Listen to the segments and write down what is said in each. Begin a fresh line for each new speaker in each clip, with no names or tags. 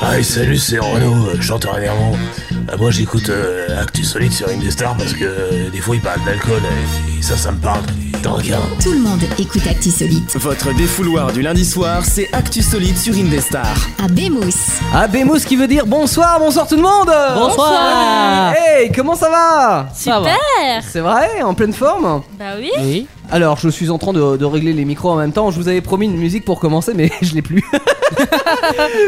Ah salut, c'est Renaud, euh, chanteur énervant. Euh, moi j'écoute euh, Actu Solide sur Indestar parce que euh, des fois ils parlent d'alcool et, et ça, ça me parle. Tant qu'un.
Tout le monde écoute Actisolite.
Votre défouloir du lundi soir, c'est Actu Solide sur Indestar.
À Bémousse.
Abemos Ah, qui veut dire bonsoir, bonsoir tout le monde
Bonsoir.
Hey, comment ça va
Ça
Ah
va.
C'est vrai, en pleine forme
Bah oui.
Oui.
Alors, je suis en train de, de régler les micros en même temps. Je vous avais promis une musique pour commencer, mais je l'ai plus.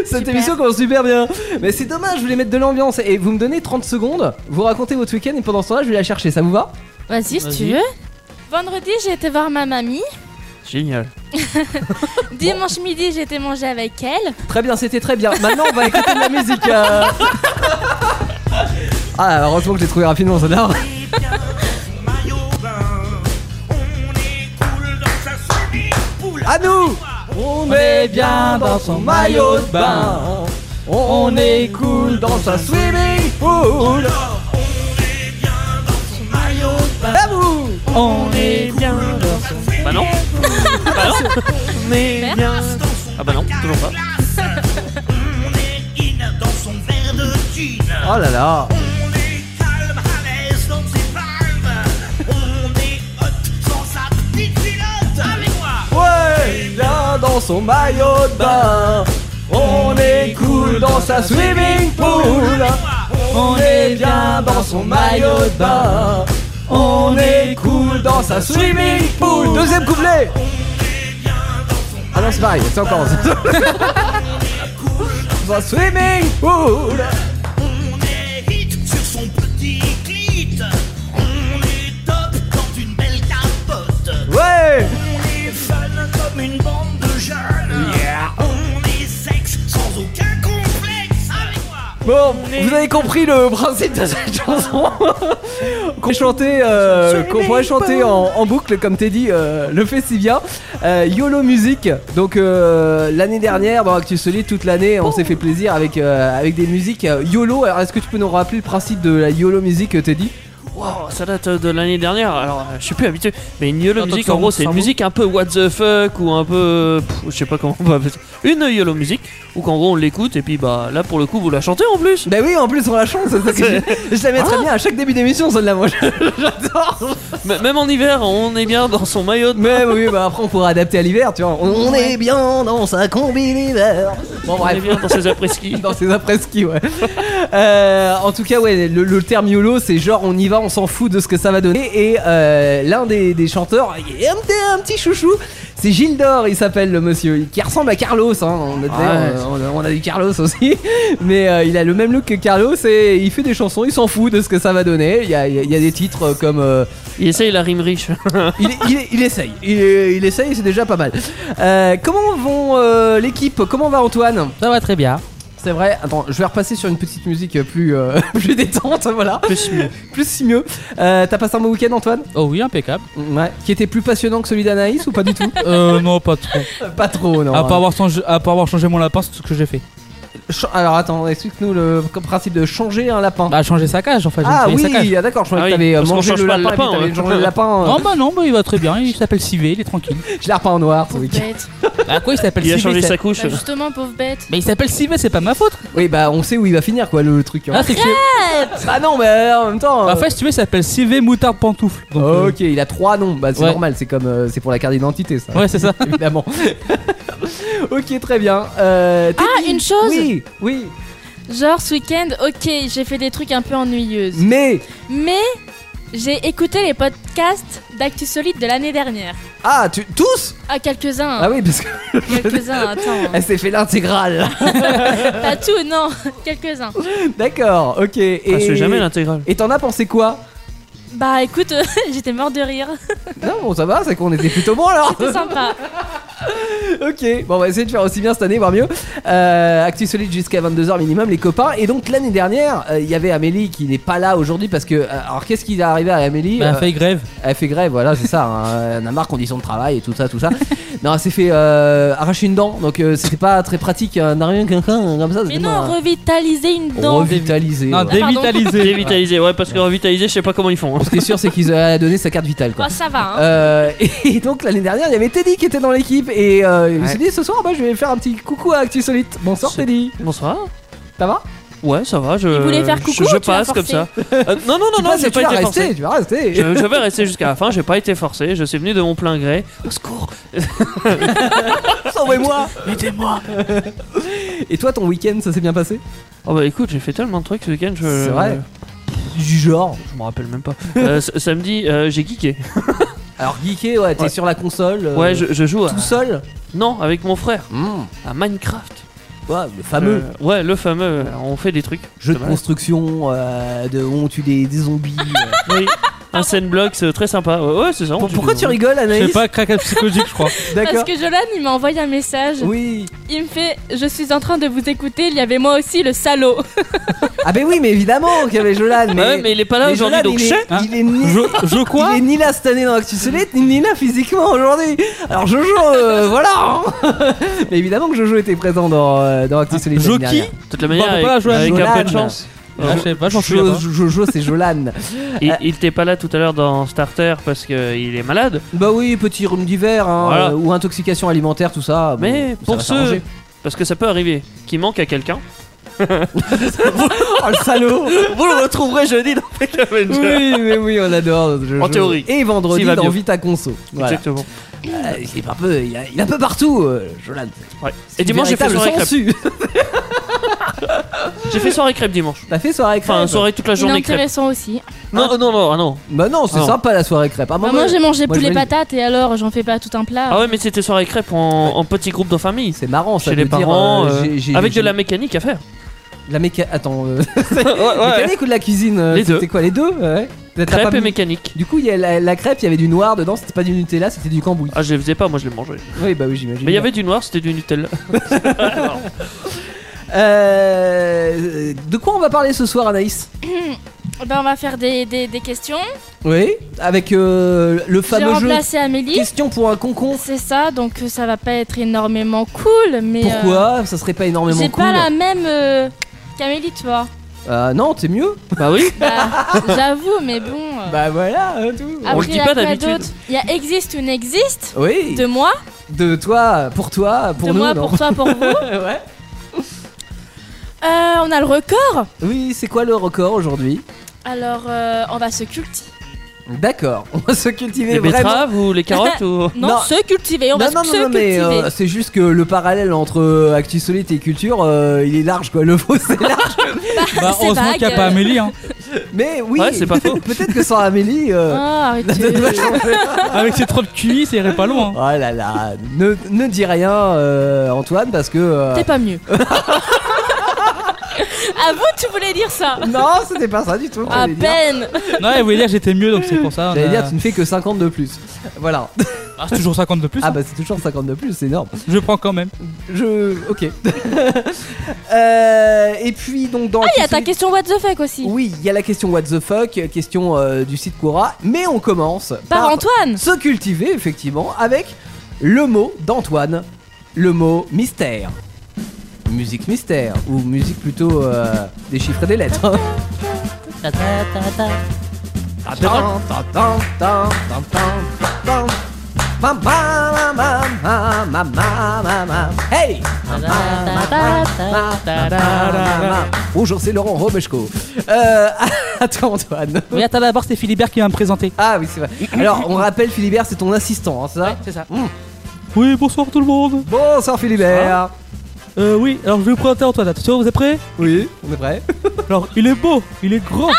Cette émission commence super bien. Mais c'est dommage, je voulais mettre de l'ambiance. Et vous me donnez 30 secondes, vous racontez votre week-end et pendant ce temps-là, je vais la chercher. Ça vous va
Vas-y, si tu
Vas-y.
veux. Vendredi, j'ai été voir ma mamie. bah,
Génial.
Dimanche midi, j'ai été manger avec elle.
Très bien, c'était très bien. Maintenant, on va écouter de la musique. euh. Ah, heureusement que je l'ai trouvé rapidement, ça là. À nous On
est bien dans son maillot de bain.
On est cool dans sa swimming pool. À vous
On est bien dans son. Bah non. bah non. On est bien. Ah bah non, toujours pas.
Oh là là Ouais Bien dans son maillot de bain On est cool dans sa swimming pool On est bien dans son maillot de bain On est cool dans sa swimming pool Deuxième couplet Ah non c'est pareil, c'est encore Dans sa swimming pool
On est hit sur son petit clit. On est top dans une belle capote.
Ouais
On est fun comme une bande de jeunes. On est sexe sans aucun complexe. Avec moi.
Bon, vous avez compris le principe de cette chanson qu'on chantait, euh, qu'on pourrait chanter en, en boucle, comme Teddy euh, le fait si bien. Euh, YOLO Music, donc euh, l'année dernière dans Actu Solide, toute l'année, on s'est fait plaisir avec, euh, avec des musiques euh, YOLO. Alors, est-ce que tu peux nous rappeler le principe de la YOLO Music, euh, Teddy
Wow, ça date euh, de l'année dernière. Alors, euh, je suis plus habitué. Mais une YOLO
Attends,
musique,
ça
en gros,
monte,
c'est
ça
une
monte.
musique un peu what the fuck ou un peu. euh, pff, je sais pas comment on va appeler ça. Une YOLO musique où qu'en gros on l'écoute et puis bah là pour le coup vous la chantez en plus.
Bah oui, en plus, on la chante, c'est ça que je, je la mettrais bien à chaque début d'émission, celle-là, moi je- j'adore.
M- même en hiver, on est bien dans son maillot de
Mais oui, bah après, on pourra adapter à l'hiver, tu vois. On est bien dans sa combine hiver. Bon,
On
bref.
est bien dans ses après-ski.
Dans ces après-ski, ouais. Euh, en tout cas, ouais, le, le terme YOLO, c'est genre on y va, on s'en fout de ce que ça va donner. Et euh, l'un des, des chanteurs, il est un, petit- un petit chouchou, c'est Gilles d'Or, il s'appelle le monsieur, qui ressemble à Carlos. hein. On, a, d'ailleurs, on a- on a du Carlos aussi, mais euh, il a le même look que Carlos et il fait des chansons, il s'en fout de ce que ça va donner. Il y a, il y a- il y a des titres comme. euh,
Il essaye la rime riche.
il, il- il essaye, il, il essaye, c'est déjà pas mal. Euh, comment vont euh, l'équipe Comment va Antoine
Ça va très bien.
c'est vrai, attends, je vais repasser sur une petite musique plus, euh, plus détente, voilà.
Plus mieux.
Plus si mieux. Euh, T'as passé un bon week-end, Antoine
Oh oui, impeccable.
Ouais. Qui était plus passionnant que celui d'Anaïs ou pas du tout
Euh, non, pas trop.
Pas trop, non. hein.
À Ah, pas, avoir changé, à pas avoir changé mon lapin, c'est tout ce que j'ai fait.
Ch- Alors attends, explique-nous le principe de changer un lapin.
Bah, changer sa cage, en fait. j'ai
ah
nettoyé
oui,
sa cage.
ah d'accord, je croyais
Ah
que
oui,
t'avais euh,
parce qu'on
mangé
change
le
pas le
lapin, et puis
lapin,
t'avais
hein.
changé le lapin. euh,
Non, bah non, bah, il va très bien. Il s'appelle Sivé, il est tranquille.
Je l'ai repeint en noir ce week-end.
Bête.
À quoi il s'appelle
Il
Sivé
a changé
c'est-
sa couche.
Bah, justement, pauvre bête.
Mais il s'appelle Sivé, c'est pas ma faute.
Oui, bah on sait où il va finir quoi, le truc. hein.
Ah, c'est que.
Bah non, mais en même temps. euh,
En fait, si tu veux, il s'appelle Sivé Moutarde Pantoufle. Donc, euh,
Ok, il a trois noms, bah c'est
Ouais.
normal, c'est comme euh, c'est pour la carte d'identité ça.
Ouais, c'est ça.
évidemment. ok, très bien. Euh, t'es
Ah,
qui
une chose
Oui, oui.
Genre, ce week-end, ok, j'ai fait des trucs un peu ennuyeuses.
Mais
Mais j'ai écouté les podcasts d'Actu Solide de l'année dernière.
ah, tu tous
Ah, quelques-uns.
Ah oui, parce que
Quelques-uns, attends.
elle s'est fait l'intégrale.
Pas tout, non. Quelques-uns.
D'accord, ok. Et
Ah, c'est jamais l'intégrale.
Et t'en as pensé quoi
Bah écoute, j'étais mort de rire.
Non, bon, ça va, c'est qu'on était plutôt bon alors.
C'était sympa.
ok, bon, on va essayer de faire aussi bien cette année, voire mieux. Euh, Actu solide jusqu'à 22h minimum, les copains. Et donc l'année dernière, euh, il y avait Amélie qui n'est pas là aujourd'hui parce que. euh, alors qu'est-ce qui est arrivé à Amélie
Bah,
Euh,
elle fait grève.
Elle fait grève, voilà, c'est ça. hein. Elle a marre conditions de travail et tout ça, tout ça. non, elle s'est fait euh, arracher une dent, donc euh, c'était pas très pratique. euh, N'a rien qu'un coin, comme ça.
Mais
c'était
non,
pas-
revitaliser une dent.
revitalisé.
Non,
ouais.
pardon.
dévitalisé.
Dévitaliser, ouais, parce que revitaliser, je sais pas comment ils font. hein.
Ce qui est sûr, c'est qu'ils a donné sa carte vitale, quoi.
Bah ça va, hein.
Euh, et donc l'année dernière, il y avait Teddy qui était dans l'équipe. équipe et euh, il
Ouais.
s'est dit ce soir bah, je vais faire un petit coucou à Actu Solite. Bonsoir
C'est-
Teddy,
Bonsoir.
ça va
Ouais, ça va. Je,
Il voulait faire coucou
je,
ou
je
tu l'as
passe comme
forcé
ça. Euh, non, non, non,
Tu
non,
passes
j'ai
et tu
pas
vas
été
rester,
forcé.
tu vas rester.
Je, je vais rester jusqu'à la fin, j'ai pas été forcé, je suis venu de mon plein gré. Au secours
Sauvez-moi Aidez-moi Et toi, ton week-end, ça s'est bien passé
Oh bah écoute, j'ai fait tellement de trucs ce week-end, je. euh,
C'est vrai. Du genre.
Je me rappelle même pas. Euh, s- samedi, euh, j'ai geeké.
Alors, geeké, ouais, t'es
Ouais.
sur la console. euh,
Ouais, je, je joue à...
Tout seul
Non, avec mon frère,
Mmh.
à Minecraft.
Ouais, le fameux
Euh, ouais, le fameux. euh, On fait des trucs.
jeu de
C'est malade.
construction, euh, de où on tue des, des zombies. euh.
Oui. Un sandblock, c'est très sympa. Ouais, ouais, c'est ça. on
Pour-
tue
pourquoi
des
tu rigoles,
Je
Anaïs
sais pas, craquage psychologique, je crois.
D'accord.
Parce que Jolan, il m'a envoyé un message.
Oui.
Il me fait Je suis en train de vous écouter, il y avait moi aussi le salaud.
Ah, ben oui, mais évidemment qu'il y avait Jolan.
zombies. Ouais, mais il est pas là
mais
aujourd'hui,
Jolan,
donc
il
je
est,
hein.
il est ni...
Je, je quoi
il est ni là cette année dans Actu Solide, ni là physiquement aujourd'hui. Alors Jojo, euh, voilà. hein. Mais évidemment que Jojo était présent dans, euh, dans Actu
Ah,
Solide. l'année
Joki
dernière.
De toute la manière,
Bah,
avec,
pourquoi la Jolan
avec un peu de
Jolan. Euh,
chance.
Ah, Je sais pas, j'en suis
Jo-
pas.
Jojo, c'est Jolan. euh,
Il, il était pas là tout à l'heure dans Starter parce qu'il est malade.
Bah oui, petit rhume d'hiver hein,
Voilà.
euh, ou intoxication alimentaire, tout ça. bon,
Mais
ça
pour
va
ceux.
s'arranger.
Parce que ça peut arriver, qu'il manque à quelqu'un.
Oh le salaud
Vous le retrouverez jeudi dans Peck Avenger.
Oui, mais oui, on adore Jojo.
En théorie.
Et vendredi
S'il va
dans
bien.
Vita Conso. Voilà.
Exactement.
Euh, il, est un peu, il, a, il est un peu partout, euh, Jolan.
Ouais. Et dimanche, j'ai fait soirée crêpe.
j'ai
J'ai fait soirée crêpe dimanche.
T'as fait soirée crêpe
Enfin, soirée toute la
Il est
journée crêpe.
intéressant aussi.
Non, non, non, ah non.
Bah non, c'est
Ah non.
sympa la soirée crêpe. Ah, moi,
Bah, moi j'ai mangé
moi, je Oh.
poulet
valide.
patate et alors j'en fais pas tout un plat.
Ah ouais, mais c'était soirée crêpe en, en petit groupe de famille.
C'est marrant ça.
Chez
de
les
dire,
parents,
euh,
euh,
j'ai- j'ai-
avec
j'ai-
de la mécanique à faire.
la méca- Attends, euh,
Ouais, ouais.
mécanique ou de la cuisine euh,
Les deux.
C'était quoi les deux Ouais. T'as- t'as
Crêpe
pas
et
mis-
mécanique.
Du coup, il y a la, la crêpe, il y avait du noir dedans, c'était pas du Nutella, c'était du cambouis.
Ah, je les faisais pas, moi je les mangeais.
Oui, bah oui, j'imagine.
Mais il y avait du noir, c'était du Nutella.
Euh, de quoi on va parler ce soir, Anaïs
Bah, on va faire des, des- des questions.
Oui, avec euh, le
J'ai
fameux jeu
remplacé Amélie.
Question pour un concon.
C'est ça, donc euh, ça va pas être énormément cool, mais. euh,
Pourquoi Ça serait pas énormément
J'ai
cool.
pas la même euh, qu'Amélie, tu vois.
Euh, non, t'es mieux.
bah oui,
Bah, J'avoue, mais bon. euh,
Bah voilà, hein, tout.
on le
après,
dit
y a
pas
quoi
d'habitude.
d'autre Il y a existe ou n'existe
Oui,
de
de...
moi,
toi, pour toi, pour
de
nous.
moi,
non
pour toi, pour vous. Euh,
Ouais.
on a le record.
Oui, c'est quoi le record aujourd'hui
Alors, euh, on va se cultiver.
D'accord, on va se cultiver
les
vraiment.
betteraves ou les carottes ou.
Non,
Non.
se cultiver. On
non,
va
non,
se
non, non, mais
cultiver.
euh, c'est juste que le parallèle entre euh, Actu Solide et Culture, euh, il est large quoi. Le faux, c'est large.
Bah,
Bah,
c'est
heureusement qu'il n'y a
vague.
pas Amélie. Hein.
Mais oui,
Ouais, c'est pas faux.
peut-être que sans Amélie.
Oh,
euh,
arrêtez.
ça doit changer.
Avec ses trop de QI, ça irait pas loin.
oh là là, ne, ne dis rien, euh, Antoine, parce que. euh,
T'es pas mieux. à vous, tu voulais dire ça
Non, c'était pas ça du tout.
À
j'allais dire.
peine.
Non, elle voulait dire j'étais mieux, donc c'est pour
Ah,
ça. on
J'allais
a-
dire, tu ne fais que 50 de plus. Voilà.
Ah, c'est toujours 50 de plus.
Ah
hein.
bah c'est toujours 50 de plus, c'est énorme.
Je prends quand même.
Je... Ok. Euh, et puis donc dans...
Ah, Il y a ta question What the fuck aussi.
Oui, il y a la question what the fuck, question euh, du site Quora, mais on commence
Par Antoine.
se cultiver effectivement avec le mot d'Antoine, le mot mystère. Musique mystère, ou musique plutôt euh, des chiffres et des lettres. hein. Hey Bonjour, c'est Laurent Robeshko. Euh, attends Antoine.
Oui, attends, d'abord, c'est Philibert qui va me présenter.
Ah oui, c'est vrai. Alors, on rappelle, Philibert, c'est ton assistant, hein, c'est ça
c'est ça.
Mm.
Oui, bonsoir tout le monde.
Bonsoir, Philibert.
Euh, oui, alors je vais vous présenter Antoine. Attention, vous êtes prêts
Oui, on est prêt.
Alors, il est beau, il est grand,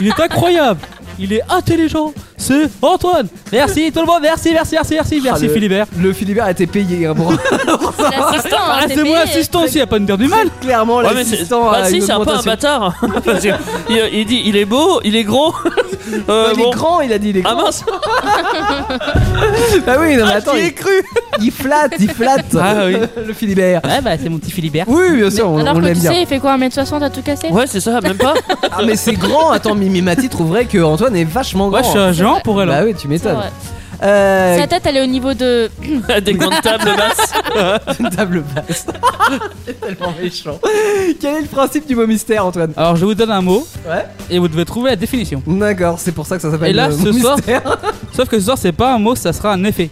il est incroyable, il est intelligent. C'est Antoine. Merci tout le monde, merci, merci, merci, merci, merci
le-
Philibert.
Le Philibert a été payé hein, pour
C'est l'assistant. hein,
Ah,
t'es
c'est moi
payé.
l'assistant aussi, à pas me dire du mal.
clairement
Ouais, mais c'est.
l'assistant.
Bah
a
si,
une
c'est un peu un
augmentation.
bâtard. Parce que il, il dit il est beau, il est gros. Euh,
Non, il
bon.
est grand, il a dit, il est
Ah
grand.
mince
Ah oui, non, mais attends,
j'y ai
il, il flatte, il flatte.
Ah oui.
le Philibert.
Ouais, bah c'est mon petit Philibert.
Oui, bien sûr, on,
Alors
on
que
l'aime
tu
bien.
sais, il fait quoi 1m60 à tout casser
Ouais, c'est ça, même pas.
Ah, mais c'est grand. Attends, Mimi Mati trouverait que Antoine est vachement grand.
Ouais, je suis un géant pour elle. hein.
Bah oui, tu
C'est
m'étonnes.
vrai.
Euh,
Sa tête, elle est au niveau de.
Des grandes tables basses.
une table basse. C'est tellement méchant. Quel est le principe du mot mystère, Antoine
Alors, je vous donne un mot
Ouais.
et vous devez trouver la définition.
D'accord, c'est pour ça que ça s'appelle
Et là,
le
ce
mystère.
Sauf que ce soir, c'est pas un mot, ça sera un effet.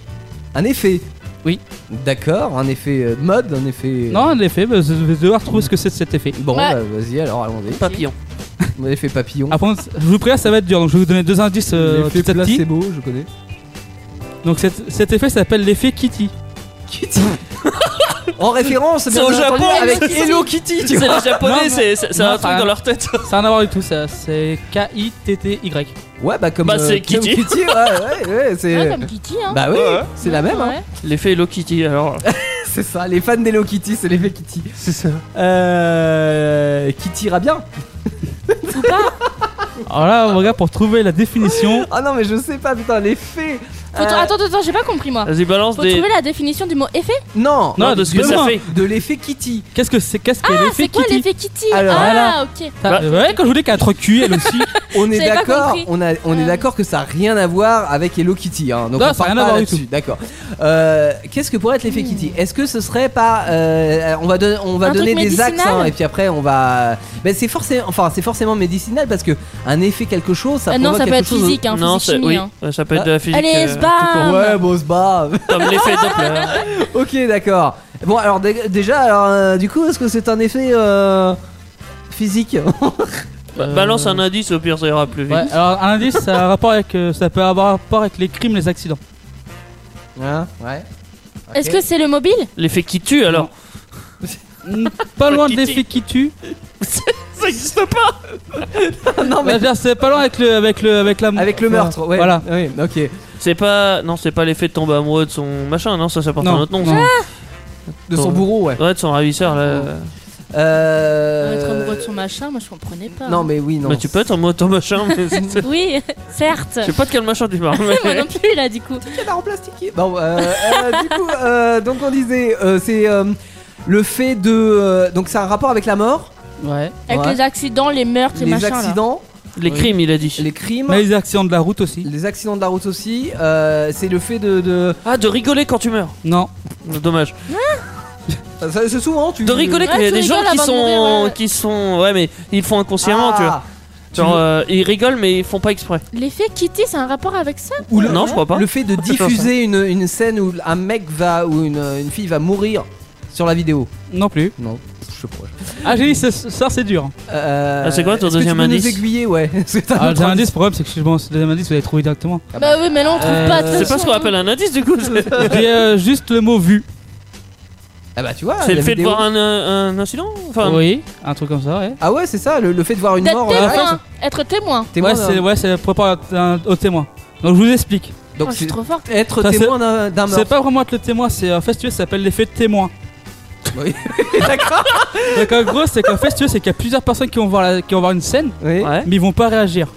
Un effet.
Oui.
D'accord, un effet euh, de mode, un effet.
Non, en effet, bah, je vais devoir trouver ce que c'est de cet effet.
Bon,
Ouais.
bah, vas-y, alors allons-y.
Papillon.
Un effet papillon.
Après, on- je vous préviens, ça va être dur, donc je vais vous donner deux indices euh,
L'effet
petit à petit.
placebo, je connais.
Donc cet, cet effet s'appelle l'effet Kitty.
En référence,
C'est
bien
au
entendu,
Japon,
avec
c'est-
Hello Kitty, tu
C'est
vois.
les japonais,
Non,
c'est c'est- c'est
non,
un
ça
truc
a-
dans leur tête.
Ça n'a rien à voir du tout, ça. C'est K-I-T-T-Y.
Ouais, bah comme,
Bah, c'est
comme
Kitty.
ouais, ouais, ouais,
Ouais,
c'est.
comme Kitty, hein.
Bah oui,
Ouais.
c'est la même, hein.
Ouais.
L'effet Hello Kitty, alors.
c'est ça. Les fans d'Hello Kitty, c'est l'effet Kitty.
C'est ça.
Euh, Kitty ira bien.
Alors là, mon gars, pour trouver la définition,
Ah non, mais je sais pas, putain, l'effet. euh,
Faut tr- Attends, attends, j'ai pas compris moi.
Vas-y, balance
Ah, Faut
des.
trouver la définition du mot effet.
Non,
Non,
de ce que ça
Demain.
fait.
de l'effet Kitty.
qu'est-ce que c'est Qu'est-ce que
Ah, C'est
l'effet
quoi
Kitty
l'effet Kitty
Alors,
Ah, ok.
Ça- Ouais, quand je vous dis qu'elle a trop cul, elle aussi.
On est
J'avais pas
d'accord,
compris.
on, a, on est
Euh.
d'accord que ça n'a rien à voir avec Hello Kitty. Hein, donc
Non,
on
ça a
parle
rien
pas
à voir du
là-dessus. D'accord. Euh, Qu'est-ce que pourrait être l'effet Kitty Est-ce que ce serait pas euh, On va, don- on va
Hmm. Un
donner
truc
des axes
médicinal
hein, et puis après on va. Ben, c'est forcément, enfin c'est forcément médicinal parce que un effet quelque chose, ça
Ah non,
provoque
ça peut
quelque
être
chose.
physique, Ah, hein,
non,
physique
c'est.
chimie.
Oui,
hein.
ça peut être de la physique.
Allez,
euh,
se barre
Ouais, bon, se bat.
Comme l'effet Doppler.
ok, d'accord. Bon, alors dé- déjà, alors euh, du coup, est-ce que c'est un effet euh, physique
Ba- Bah, Balance un indice, au pire ça ira plus vite.
Ouais, alors un indice, ça, a un rapport avec, euh, ça peut avoir rapport avec les crimes, les accidents.
Hein Ouais.
Est-ce que c'est le mobile
L'effet qui tue alors.
Mm, Pas loin de
Kitty.
l'effet Kitty.
Ça existe pas
que non
Ouais, je
mais
veux dire, c'est pas loin avec le, avec le, avec la.
avec le meurtre, ouais.
Voilà.
Oui, ok.
C'est pas. Non, c'est pas l'effet de tomber amoureux de son machin, non, ça, ça porte un autre nom. ça.
Ah. De son bourreau, ouais.
Ouais, de son ravisseur là.
Euh...
Être amoureux de son machin, moi je comprenais pas.
Non, mais oui, non.
Bah, tu peux être amoureux de ton machin, mais. c'est- c'est-
Oui, certes.
Je sais pas de quel machin tu parles. mais-
Moi non plus là du coup.
Quel en plastiqué Bon, euh, euh, du coup, euh, donc on disait, euh, c'est euh, le fait de. euh, donc c'est un rapport avec la mort,
Ouais.
Avec
Ouais.
les accidents, les meurtres, les,
les
machins. là.
accidents,
Les crimes, il a dit.
les crimes,
Mais les accidents de la route aussi.
les accidents de la route aussi. euh, c'est le fait de. de...
Ah, de rigoler quand tu meurs.
Non.
Dommage.
Ça, ça, C'est souvent, tu.
De rigoler
Ouais,
quand il y a
tu
des gens
rigoles
qui
avant de
sont.
mourir, ouais.
qui sont. Ouais, mais ils le font inconsciemment,
Ah,
tu vois. Genre, euh, ils rigolent, mais ils font pas exprès.
L'effet Kitty, c'est un rapport avec ça
Ou le-
Non, je crois pas.
Le fait de diffuser une, une scène où un mec va. ou une, une fille va mourir sur la vidéo.
Non plus.
Non, je sais pas.
Ah, j'ai dit, ça, ça, c'est dur.
Euh,
Ah, c'est quoi ton
est-ce que
deuxième
tu peux
indice
nous aiguiller, ouais. Est-ce que t'as un
Ah, le
autre
deuxième indice, le problème, c'est que je pense que le deuxième indice, vous l'avez trouvé directement.
Ah
Bah oui, mais là on trouve
Euh,
pas. de
C'est
toute
pas ce qu'on
façon.
appelle un indice du coup. C'est
J'ai euh, juste le mot vu.
Ah bah tu vois.
c'est le
la
fait de
vidéo.
voir un, euh, un incident Enfin,
Oui, un truc comme ça, ouais.
Ah ouais, c'est ça, le, le fait de voir une
D'être
mort. euh,
témoin,
live,
être témoin.
témoin
Ouais,
d'un-
c'est ouais, c'est préparer un- au témoin. Donc je vous explique.
Donc
Oh, je suis
c'est-
trop forte.
être
Ça, c'est-
témoin d'un d'un
C'est
meurtre.
pas vraiment être le témoin, c'est en fait, si tu veux, ça s'appelle l'effet de témoin.
Oui.
Donc en gros, c'est qu'en fait, si tu veux, c'est qu'il y a plusieurs personnes qui vont voir, la- qui vont voir une scène,
Oui.
Ouais.
mais ils vont pas réagir.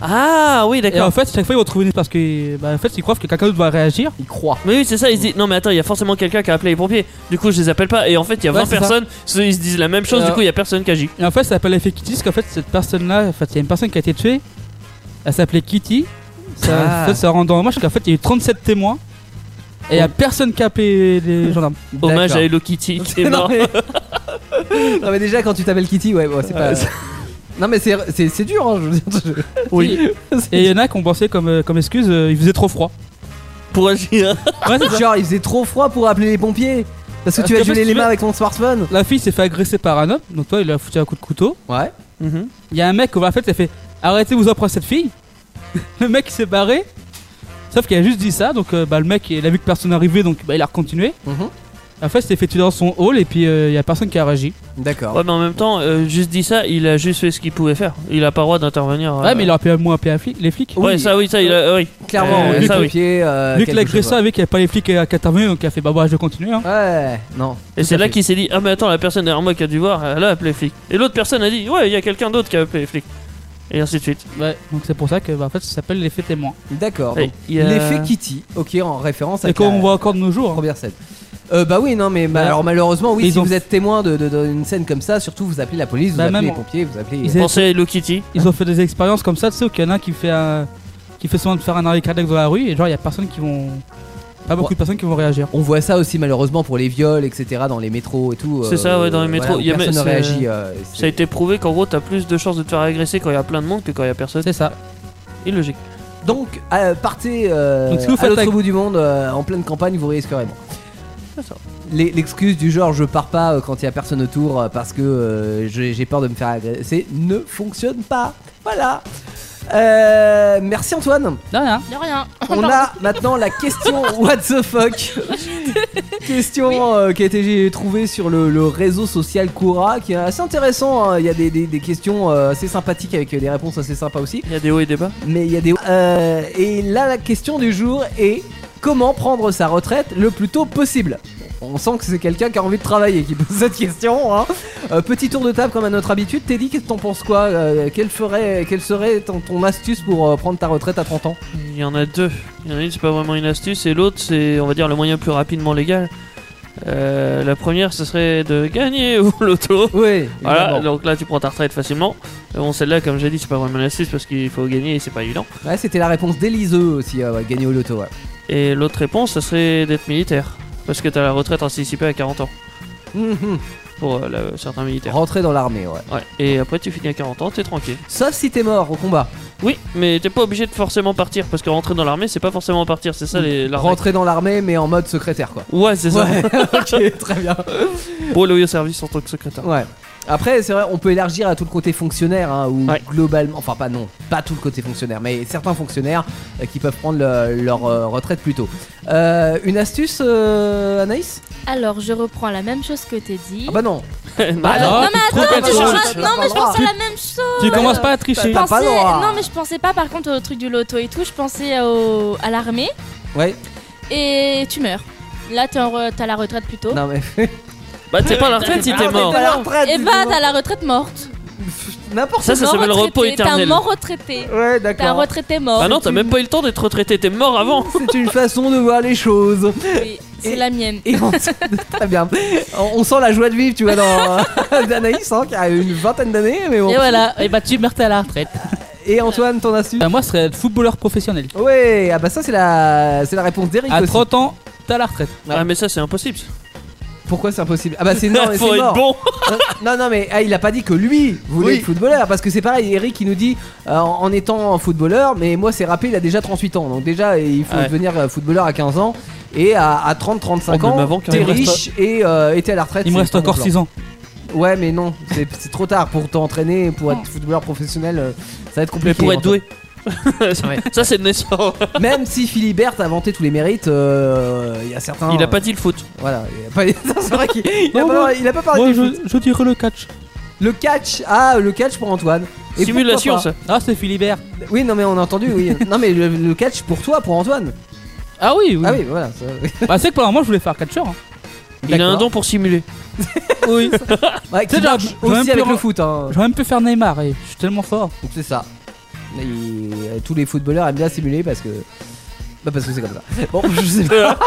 Ah oui,
Et en
d'accord.
fait, chaque fois, ils vont trouver une parce que, bah, en fait, ils croient que quelqu'un d'autre va réagir.
Il croit.
Mais oui, c'est ça, ils se disent non, mais attends, il y a forcément quelqu'un qui a appelé les pompiers. Du coup, je les appelle pas. Et en fait, il y a
Ouais,
20
c'est ça.
personnes, ceux, ils se disent la même chose, du
Alors-
coup, il y a personne qui agit.
Et en fait, ça s'appelle l'effet Kitty, parce qu'en fait, cette personne-là, en fait, il y a une personne qui a été tuée. Elle s'appelait Kitty. Ça,
Ah.
en fait, ça rend dommage parce qu'en fait, il y a eu 37 témoins. Et il y
Oh.
a personne qui a appelé les gendarmes.
Hommage
D'accord.
à Hello Kitty, t'es
non,
mort.
mais... non, mais déjà quand tu t'appelles Kitty, ouais, bon, c'est pas. Non mais c'est c'est- c'est dur, hein, je veux dire.
Oui.
je-
Et il y en a qui ont pensé comme, euh, comme excuse, euh, il faisait trop froid.
Pour agir.
Ouais, c'est ça.
Genre il faisait trop froid pour appeler les pompiers. Parce que
Parce
tu as
qu'en
gelé
fait,
les
tu
mains
veux-
avec ton smartphone.
La fille s'est fait agresser par un homme, donc toi, il a foutu un coup de couteau.
Ouais.
Mhm.
Il y a un mec qui ouvre la fête, il a fait Arrêtez, vous en prenez cette fille. le mec il s'est barré. Sauf qu'il a juste dit ça, donc euh, bah, le mec, il a vu que personne n'arrivait, donc bah, il a continué.
Mhm.
En fait, il s'est fait tuer dans son hall, et puis euh, il y a personne qui a réagi.
D'accord.
Ouais, mais en même temps, euh, juste dit ça, il a juste fait ce qu'il pouvait faire. Il a pas le droit d'intervenir. euh,
Ouais, mais il aurait pu au moins appeler la flic- les flics.
Ouais, ça, oui, ça, il a. Oui.
Clairement,
Euh,
les
ça, oui.
pompiers. euh,
Vu que
quelque
l'agresseur
chose,
avait qu'il n'y avait pas les flics euh, qui intervenaient, donc il a fait Bah, bah, je vais continuer. Hein.
ouais. Ouais, non.
Et c'est
à
là
fait.
qu'il s'est dit Ah, mais attends, la personne derrière moi qui a dû voir, elle a appelé les flics. Et l'autre personne a dit Ouais, il y a quelqu'un d'autre qui a appelé les flics. Et ainsi de suite.
Ouais, donc c'est pour ça que, bah, en fait, ça s'appelle l'effet témoin.
D'accord.
Et
donc,
il y a-
L'effet Kitty, ok, en référence à.
Et qu'on voit encore de nos jours. hein.
première scène. Euh, bah oui, non, mais ma-
Voilà.
alors malheureusement, oui,
Ils
si
ont-
vous êtes témoin d'une de, de- d'une scène comme ça, surtout vous appelez la police, vous
Bah,
appelez
même-
les pompiers, vous appelez. euh,
Ils-
Pensez à Hello Kitty.
Ils ont fait des expériences comme ça, tu sais, où il y en a un qui fait un. qui fait souvent de faire un arrêt cardiaque dans la rue, et genre, il y a personne qui vont. Pas beaucoup de personnes qui vont réagir.
On voit ça aussi malheureusement pour les viols, etc. dans les métros et tout. euh,
C'est ça, ouais, dans les
voilà,
métros,
où
il y a-
personne ne
c'est-
réagit. euh, c'est-
Ça a été prouvé qu'en gros, t'as plus de chances de te faire agresser quand il y a plein de monde que quand il y a personne.
C'est ça.
Illogique.
Donc, euh, partez euh,
Donc, si vous
à
faites
l'autre
la-
bout du monde, euh, en pleine euh, campagne, vous risquez rien.
C'est ça.
Les- L'excuse du genre je pars pas euh, quand il y a personne autour euh, parce que euh, j'ai j'ai peur de me faire agresser ne fonctionne pas. Voilà. Euh, merci Antoine.
De rien.
De rien.
On a maintenant la question What the fuck Question euh, qui a été trouvée sur le, le réseau social Koura qui est assez intéressant. hein. Il y a des, des- des questions euh, assez sympathiques avec euh, des réponses assez sympas aussi.
Il y a des hauts et des bas.
Mais il y a des. Euh, et là, la question du jour est comment prendre sa retraite le plus tôt possible On sent que c'est quelqu'un qui a envie de travailler qui pose cette question. hein. Euh, petit tour de table comme à notre habitude. Teddy, qu'est-ce que t'en penses quoi Euh, quelle, ferait, quelle serait ton, ton astuce pour euh, prendre ta retraite à 30 ans
Il y en a deux. Il y en a une, c'est pas vraiment une astuce, et l'autre, c'est, on va dire, le moyen plus rapidement légal. Euh, la première, ce serait de gagner au loto.
Oui,
Voilà, donc là, tu prends ta retraite facilement. Mais bon, celle-là, comme j'ai dit, c'est pas vraiment une astuce parce qu'il faut gagner et c'est pas évident.
Ouais, c'était la réponse d'Eliseux aussi, euh, ouais, gagner au loto. ouais.
Et l'autre réponse, ce serait d'être militaire. Parce que t'as la retraite anticipée à 40 ans
Mhm.
pour euh, la- certains militaires.
Rentrer dans l'armée, ouais.
Ouais. Et après, tu finis à 40 ans, t'es tranquille.
Sauf si t'es mort au combat.
Oui, mais t'es pas obligé de forcément partir parce que rentrer dans l'armée, c'est pas forcément partir, c'est ça les. la-
Rentrer dans l'armée, mais en mode secrétaire, quoi.
Ouais, c'est ça.
Ouais, ok, très bien.
Pour le haut service en tant que secrétaire.
Ouais. Après, c'est vrai, on peut élargir à tout le côté fonctionnaire, hein, ou
Ouais.
globalement, enfin pas non, pas tout le côté fonctionnaire, mais certains fonctionnaires euh, qui peuvent prendre le- leur euh, retraite plus tôt. Euh, une astuce, euh, Anaïs
Alors, je reprends la même chose que t'es dit.
Ah bah non.
Bah,
non,
non, mais
tu
attends,
trouves
tu
qu'elle
changes-
change.
non, mais je pense à la même chose.
Tu commences pas à tricher.
T'as pas
Pensais-
le droit.
Non, mais je pensais pas par contre au truc du loto et tout. Je pensais au... à l'armée
Ouais.
et tu meurs. Là, t'es en re- t'as la retraite plus tôt.
Non mais.
Bah, t'es pas à la retraite si
Ah,
t'es
mais
Oh. mort.
t'as la retraite,
Et bah,
dis-donc.
t'as la retraite morte.
N'importe.
Ça, ça
Mort
s'appelle le
retraité.
repos
T'es un
éternel.
mort retraité.
Ouais,
T'es un
d'accord.
retraité mort.
Bah non, t'as même pas eu le temps d'être retraité, t'es mort avant.
C'est une façon de voir les choses.
Oui, c'est
Et-
la mienne.
Et on... Très bien. On, on sent la joie de vivre, tu vois, dans d'Anaïs, hein, qui a une vingtaine d'années, mais bon.
Et voilà.
Et bah tu meurs à la retraite.
Et Antoine, ton astuce
Bah, moi, ce serait être footballeur professionnel.
Ouais, ah bah ça c'est la c'est la réponse d'Eric
À
aussi.
30 ans, t'as la retraite.
Ah, mais ça, c'est impossible.
Pourquoi c'est impossible Ah bah c'est non, mais
Faut
c'est
être
mort.
bon.
Euh, non non mais ah, il a pas dit que lui voulait
Oui.
être footballeur parce que c'est pareil Eric il nous dit euh, en, en étant footballeur mais moi c'est rappé il a déjà 38 ans donc déjà il faut
Ouais.
devenir euh, footballeur à 15 ans et à, à 30 35
Oh, même
ans
avant, quand
t'es
il me reste
riche et euh, et t'es à la retraite.
Il me
c'est
reste
pas mon
encore
plan.
6 ans.
Ouais mais non c'est c'est trop tard pour t'entraîner pour être footballeur professionnel euh, ça va être
Mais
compliqué.
pour être
Antoine.
doué. ça, c'est de naissance.
Même si Philibert a inventé tous les mérites euh, il y a certains
Il a pas dit le foot.
Voilà, il a pas, c'est vrai qu'il il a
Non,
pas,
moi-
il a pas parlé
Moi,
du foot.
je, je dirais le catch.
Le catch, ah, le catch pour Antoine. Et
Simulation,
pourquoi
ça.
Ah, c'est Philibert.
pas Oui, non, mais on a entendu, oui. non, mais le, le catch pour toi, pour Antoine.
Ah oui, oui.
Ah oui, voilà. ça-
Bah, c'est que pendant un moment, je voulais faire catcheur. hein.
Il a un
D'accord.
don pour simuler.
Oui.
Ouais, qui
C'est
marche
genre, j'aurais
aussi
même
avec
pu
le
re-
foot, hein.
J'aurais même pu faire Neymar. Et je suis tellement fort.
C'est ça. Et tous les footballeurs aiment bien simuler parce que. Bah, parce que c'est comme ça. Bon, je sais pas.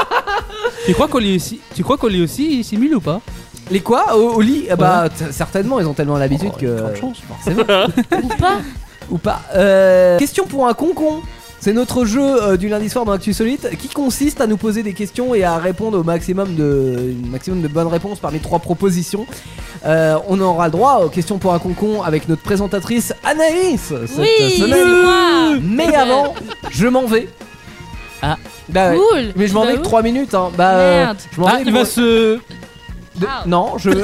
Tu crois qu'on est aussi, tu crois qu'on est aussi il simule ou pas
Oh,
Les quoi Au, au lit Ah Bah, t- certainement, ils ont tellement l'habitude
Oh,
que.
euh,
grande chance.
Ah,
Forcément.
Ou pas.
ou pas. Euh, question pour un concon. C'est notre jeu euh, du lundi soir dans Actu Solite qui consiste à nous poser des questions et à répondre au maximum de, une maximum de bonnes réponses parmi trois propositions. Euh, on aura le droit aux questions pour un concon avec notre présentatrice Anaïs cette
Oui,
semaine.
c'est moi.
Mais avant, je m'en vais.
Ah.
Bah, ouais.
Cool.
Mais je m'en
Tu vas
vais que
où
3 minutes. Hein. Bah, euh,
Merde.
je m'en
Ah,
vais
il
pour-
va se.
de-
Ah.
Non, je. je-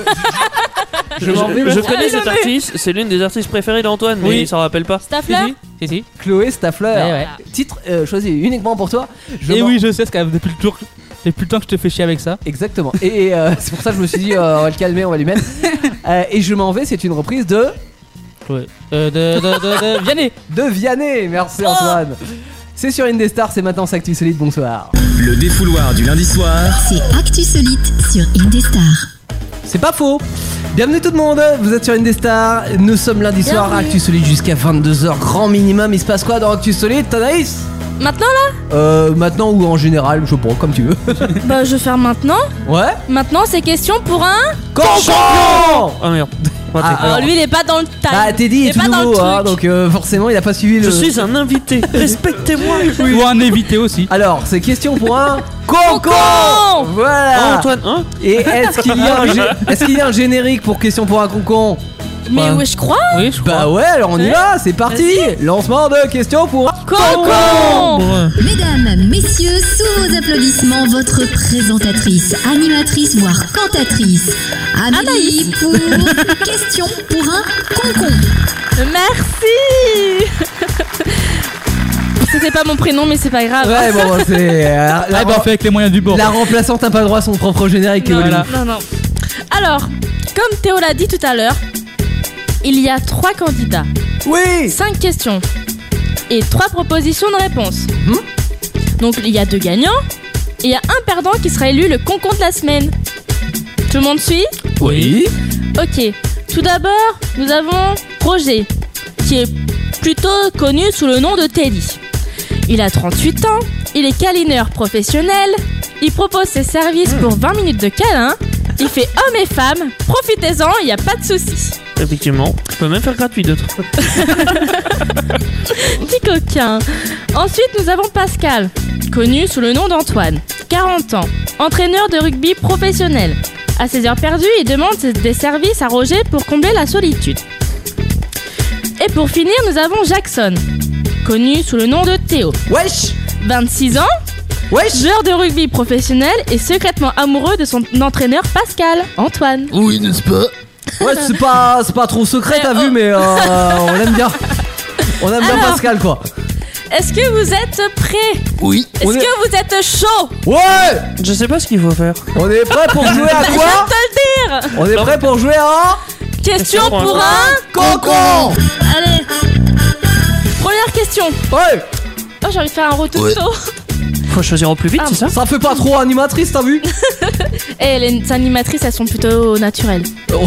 je
Je,
m'en vais.
je connais cet artiste, c'est l'une des artistes préférées d'Antoine, mais
Oui.
il s'en rappelle pas.
Staffler
Si, si. Eh
Chloé Staffler.
Ouais, ouais.
Titre euh, choisi uniquement pour toi. Je
Et
m'en-
oui, Ah. je sais, parce que euh, depuis le tour, depuis le temps que je te fais chier avec ça.
Exactement. Et euh, c'est pour ça que je me suis dit, euh, on va le calmer, on va lui mettre. Euh, et je m'en vais, c'est une reprise de.
Ouais. Euh, de, de, de, de Vianney.
De Vianney Merci Antoine C'est sur Indestar, c'est maintenant Actu Solide, bonsoir.
Le défouloir du lundi soir
C'est Actu Solite sur Indestar.
C'est pas faux Bienvenue tout le monde, vous êtes sur Indestar, nous sommes lundi soir à
Bienvenue.
Actu Solide jusqu'à 22h grand minimum. Il se passe quoi dans Actu Solide, Anaïs
Maintenant là
Euh, maintenant ou en général, je prends comme tu veux.
Bah, je vais faire maintenant.
Ouais
Maintenant, c'est question pour un.
Concon
Ah merde. Raté.
Ah, alors.
Alors, lui, il est pas dans le time.
Ah,
Il
Teddy est tout
pas dans le
nouveau,
truc.
hein, donc euh, forcément il a pas suivi
je
le.
euh,
suis un invité, respectez-moi.
Ou un évité aussi.
Alors, c'est question pour un concon
Concon
Voilà
Ah, Antoine, hein
Et est-ce qu'il y, a un gé- est-ce qu'il y a un générique pour question pour un concon
Mais
Ouais.
ouais, je crois.
Oui, je
Bah ouais, alors on y
Ouais.
va, c'est parti Lancement de questions pour...
Concombre
Mesdames, messieurs, sous vos applaudissements, votre présentatrice, animatrice, voire cantatrice, Amélie pour question pour un concombre.
Euh, Merci C'était pas mon prénom, mais c'est pas grave.
Ouais, bon, bon, c'est... euh, la,
Ah bah on fait avec les moyens du bord.
la remplaçante n'a pas le droit à son propre générique,
non,
Evelyne.
non, non. Alors, comme Théo l'a dit tout à l'heure, il y a trois candidats,
Oui
cinq questions et trois propositions de réponse.
Mhm.
Donc, il y a deux gagnants et il y a un perdant qui sera élu le concon de la semaine. Tout le monde suit
Oui
Ok. Tout d'abord, nous avons Roger, qui est plutôt connu sous le nom de Teddy. Il a 38 ans, il est câlineur professionnel, il propose ses services
Hmm.
pour 20 minutes de câlin, il fait hommes et femmes, profitez-en, il n'y a pas de souci.
Effectivement, on peut même faire gratuit d'autres.
Petit coquin. Ensuite, nous avons Pascal, connu sous le nom d'Antoine, 40 ans, entraîneur de rugby professionnel. À ses heures perdues, il demande des services à Roger pour combler la solitude. Et pour finir, nous avons Jackson, connu sous le nom de Théo,
Wesh
26 ans,
Wesh
joueur de rugby professionnel et secrètement amoureux de son entraîneur Pascal, Antoine.
Oui, n'est-ce pas
Ouais, c'est pas, c'est pas trop secret, t'as vu, mais euh, on aime bien. On aime bien
Alors.
Pascal, quoi.
Est-ce que vous êtes prêts
Oui.
Est-ce
On est-
que vous êtes chaud
Ouais
Je sais pas ce qu'il faut faire.
On est prêt pour jouer à
Bah, Je viens
quoi
de te le dire
On est prêt pour jouer à...
Question pour un
Concon
Allez Première question.
Ouais
Oh, j'ai envie de faire un retour
Ouais.
Faut choisir au plus vite,
Ah,
c'est ça
Ça fait pas trop animatrice, t'as vu
Et Eh, les animatrices, elles sont plutôt naturelles.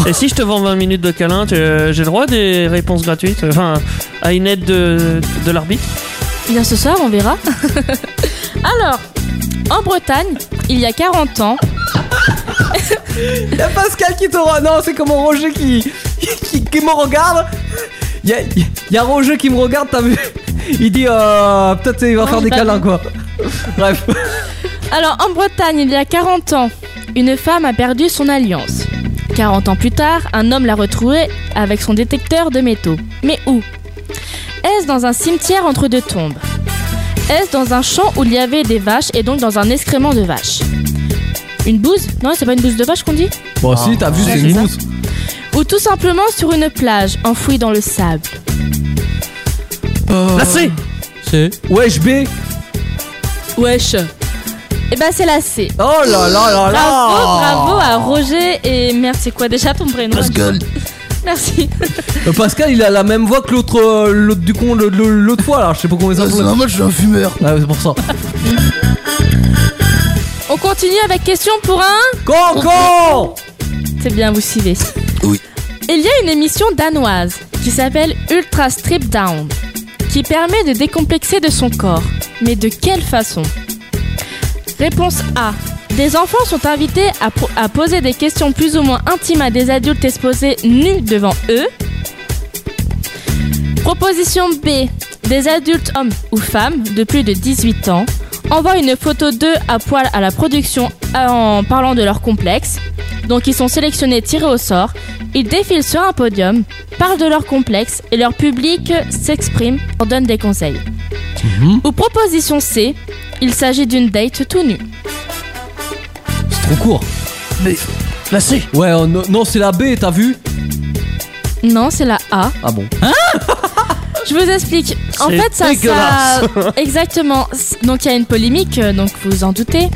Et si je te vends 20 minutes de câlin, tu- euh, j'ai le droit à des réponses gratuites euh, Enfin, à une aide de, de l'arbitre
Eh Bien ce soir, on verra. Alors, en Bretagne, il y a 40 ans,
Y'a Pascal qui te re- Non, c'est comme Roger qui... qui, qui me regarde. Y'a y a Roger qui me regarde, t'as vu Il dit, euh, peut-être il va
Non,
faire
j'ai
des
pas
câlins, quoi. Bref.
alors en Bretagne, il y a 40 ans, une femme a perdu son alliance. 40 ans plus tard, un homme l'a retrouvée avec son détecteur de métaux. Mais où Est-ce dans un cimetière entre deux tombes Est-ce dans un champ où il y avait des vaches et donc dans un excrément de vache Une bouse Non, c'est pas une bouse de vache qu'on dit
Bon, si, t'as vu,
Ah.
c'est une mousse.
ou tout simplement sur une plage enfouie dans le sable.
ah.
Là, c'est
C'est.
Wesh, B
Wesh. Eh ben c'est la C.
Oh là là là là
Bravo,
Oh.
bravo à Roger et merde, c'est quoi déjà ton prénom
Pascal.
Merci.
Euh, Pascal, il a la même voix que l'autre euh, l'autre du con le- le- l'autre fois là, je sais pas comment ils
C'est
s'appellent.
normal, je suis un fumeur.
Ah, c'est pour ça.
On continue avec question pour un.
Concon
C'est bien, vous suivez.
Oui.
Il y a une émission danoise qui s'appelle Ultra Strip Down, qui permet de décomplexer de son corps. Mais de quelle façon Réponse A. Des enfants sont invités à, po- à poser des questions plus ou moins intimes à des adultes exposés nus devant eux. Proposition B. Des adultes hommes ou femmes de plus de 18 ans envoient une photo d'eux à poil à la production euh, en parlant de leur complexe. Donc ils sont sélectionnés tirés au sort. Ils défilent sur un podium, parlent de leur complexe et leur public s'exprime, leur donne des conseils. Ou proposition C, il s'agit d'une date tout nu.
C'est trop court.
Là, c'est
Ouais, euh, no- non, c'est la B, t'as vu
Non, c'est la A.
Ah bon.
Je vous explique. En
C'est
fait, ça, ça
dégueulasse.
exactement. Donc il y a une polémique, euh, donc vous vous en doutez.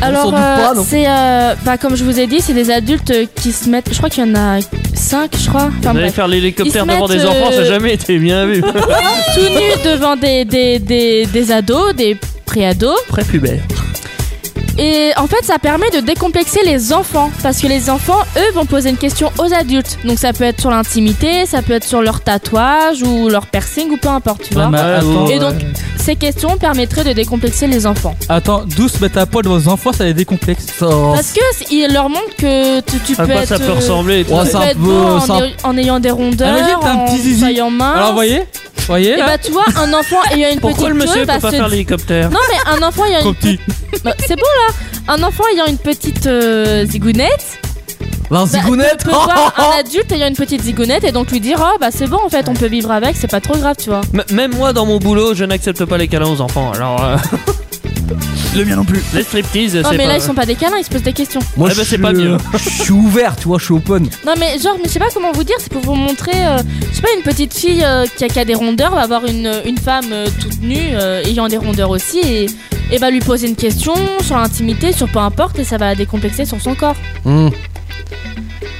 s'en
Alors,
doute
euh,
pas, non.
c'est, euh, bah, comme je vous ai dit, c'est des adultes euh, qui se mettent. Je crois qu'il y en a 5 je crois. Enfin,
Vous allez
bref.
faire l'hélicoptère
Ils se
devant des
mettent,
enfants, ça a
euh,
jamais été bien vu.
tout nus devant des, des, des, des ados, des pré-ados.
Prépubère.
Et en fait, ça permet de décomplexer les enfants. Parce que les enfants, eux, vont poser une question aux adultes. Donc ça peut être sur l'intimité, ça peut être sur leur tatouage ou leur piercing ou peu importe, tu vois.
Ouais, mais attends,
Et donc, ces questions permettraient de décomplexer les enfants.
attends, douce mettre à poil devant vos enfants, ça les décomplexe.
Ça, euh,
Parce que c- ils leur montrent que tu, tu
à
peux
quoi
être.
ça peut
euh,
ressembler et tout
Ouais,
tu
c'est
ça.
peux
un
être
peu-
beau
c'est
en,
un-
ayant- en ayant des rondeurs,
Imagine, t'as un
en
petit zizi.
soyant mince.
Alors, voyez Voyez
Et
là
bah, tu vois, un enfant ayant une
Pourquoi le
petite
monsieur
queue
peut
va
pas
se.
faire l'hélicoptère
Non, mais un enfant ayant
Trop
une
petit.
Bah, c'est beau là Un enfant ayant une petite euh, zigounette
Bah, en
Bah,
zigounette
peut voir un adulte ayant une petite zigounette et donc lui dire oh bah c'est bon en fait on peut vivre avec c'est pas trop grave tu vois
M- même moi, dans mon boulot, je n'accepte pas les câlins aux enfants. Alors, euh,
Le mien non plus.
les striptease, c'est
non
pas...
mais là ils sont pas des câlins ils se posent des questions
Moi,
Eh ben,
je
c'est pas
suis- euh,
mieux.
Je suis ouvert, tu vois, je suis open.
non mais genre mais je sais pas comment vous dire c'est pour vous montrer euh, je sais pas une petite fille euh, qui, a, qui a des rondeurs va voir une, une femme euh, toute nue euh, ayant des rondeurs aussi et, et va lui poser une question sur l'intimité sur peu importe et ça va décomplexer sur son corps
Hmm.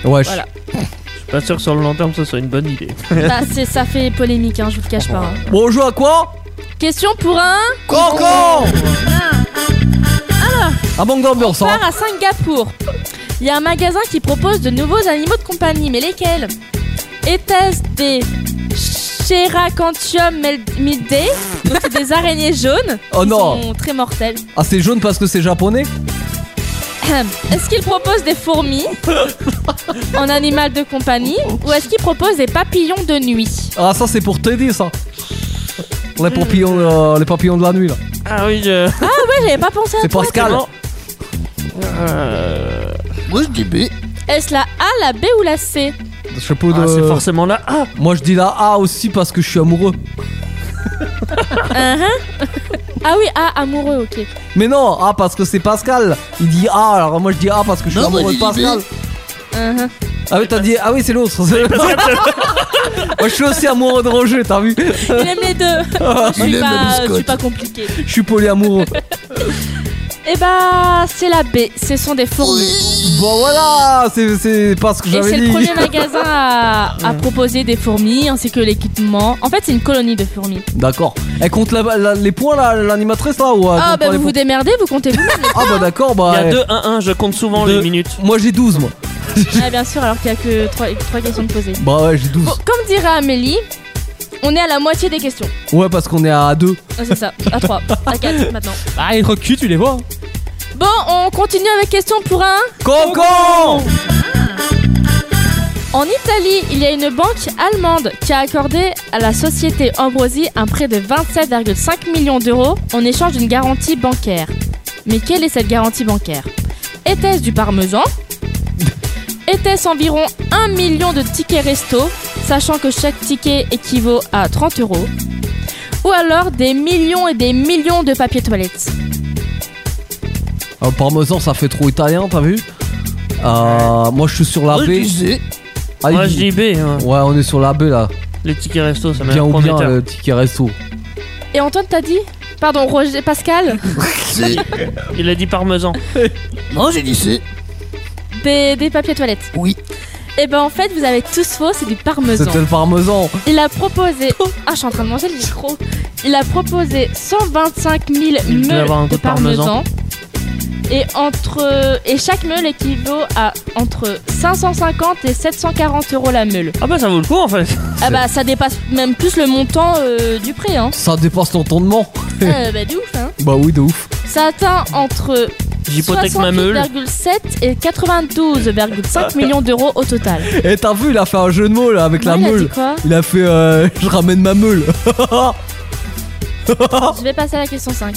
Ouais, je-
Voilà.
Je suis pas sûr que sur le long terme, ce soit une bonne idée.
bah c'est ça fait polémique hein, je vous le cache pas hein.
Bonjour à quoi
question pour un
Cancan
Ah,
Un manque d'ambiance, hein
part à Singapour. Il y a un magasin qui propose de nouveaux animaux de compagnie, mais lesquels Était-ce des Cheracantium melmidae Donc c'est des araignées jaunes
Oh
qui
non.
sont très mortelles.
Ah, c'est jaune parce que c'est japonais
Est-ce qu'il propose des fourmis en animal de compagnie ou est-ce qu'il propose des papillons de nuit
Ah, ça, c'est pour t'aider, ça les
Hmm.
papillons, euh, les papillons de la nuit, là.
Ah oui, euh,
Ouais, j'avais pas pensé à
C'est
toi.
Pascal.
non. Euh,
Moi je dis B.
Est-ce la A, la B ou la C
Je sais pas de...
ah, c'est forcément là. Ah,
Moi, je dis la A aussi parce que je suis amoureux.
Hein, hein Ah oui, A, amoureux, ok.
Mais non, A parce que c'est Pascal. Il dit A, alors moi, je dis A parce que je suis
Non, moi,
amoureux
j'ai
de
dit B.
Pascal.
Hein, hein.
Ah oui, t'as dit... Ah oui, c'est l'autre. moi, je suis aussi amoureux de Roger, t'as vu
Il aime les deux. Je
Il
suis
aime
pas-
le
je suis
biscotte.
pas compliquée.
Je suis polyamoureux.
Eh bah, c'est la B, ce sont des fourmis.
Bon, voilà C'est c'est pas ce que
Et
j'avais
c'est
dit.
le premier magasin à, à proposer des fourmis ainsi que l'équipement. En fait, c'est une colonie de fourmis.
D'accord. Elle compte la- la- les points, là, l'animatrice, là ou elle
Ah,
compte
bah
pas les
vous vous
points
démerdez, vous comptez vous-même.
Ah, bah d'accord,
il y
bah...
a
eh.
2-1-1, je compte souvent
Deux.
les minutes.
Moi, j'ai 12, moi.
ah, bien sûr, alors qu'il y a que trois, trois questions de poser.
Bah ouais, j'ai 12.
Bon, comme dirait Amélie, on est à la moitié des questions.
Ouais, parce qu'on est à 2.
Ah, C'est ça, à trois, à quatre maintenant.
bah-
Ah, il recule, tu les vois.
Bon, on continue avec question pour un. Oh.
Cancan
En Italie, il y a une banque allemande qui a accordé à la société Ambrosi un prêt de 27,5 millions d'euros en échange d'une garantie bancaire. Mais quelle est cette garantie bancaire Était-ce du parmesan Était-ce environ 1 million de tickets resto, sachant que chaque ticket équivaut à 30 euros Ou alors des millions et des millions de papier toilette
Un Euh, parmesan, ça fait trop italien, t'as vu Euh, Moi, je suis sur la
Moi je
B.
dis C.
Ah,
Moi,
il-
je dis B. hein.
Ouais, on est sur la B, là.
Les tickets resto, ça m'a
Bien euh, ou
prometteur.
bien, le ticket resto.
Et Antoine t'as dit Pardon, Roger, Pascal
C.
Il a dit parmesan.
Non, j'ai dit C.
Des, des papiers toilettes
Oui.
Eh ben en fait, vous avez tous faux, c'est du parmesan.
C'était le parmesan.
Il a proposé. Ah, je suis en train de manger le micro. Il a proposé 125 000
Il devait
meules
avoir un goût
de
de parmesan.
parmesan. Et, entre, et chaque meule équivaut à entre 550 et 740 euros la meule.
Ah bah ça vaut le coup en fait.
Ah bah ça dépasse même plus le montant euh, du prêt. Hein.
Ça dépasse l'entendement.
Eh,
Ah bah de ouf. Hein.
Bah oui, de ouf.
Ça atteint entre
J'hypothèque ma meule.
68,7 et 92,5 millions d'euros au total.
Et Eh, t'as vu, il a fait un jeu de mots, là, avec la
Moi, il a dit
meule.
quoi
Il a fait euh, Je ramène ma meule.
Je vais passer à la question 5.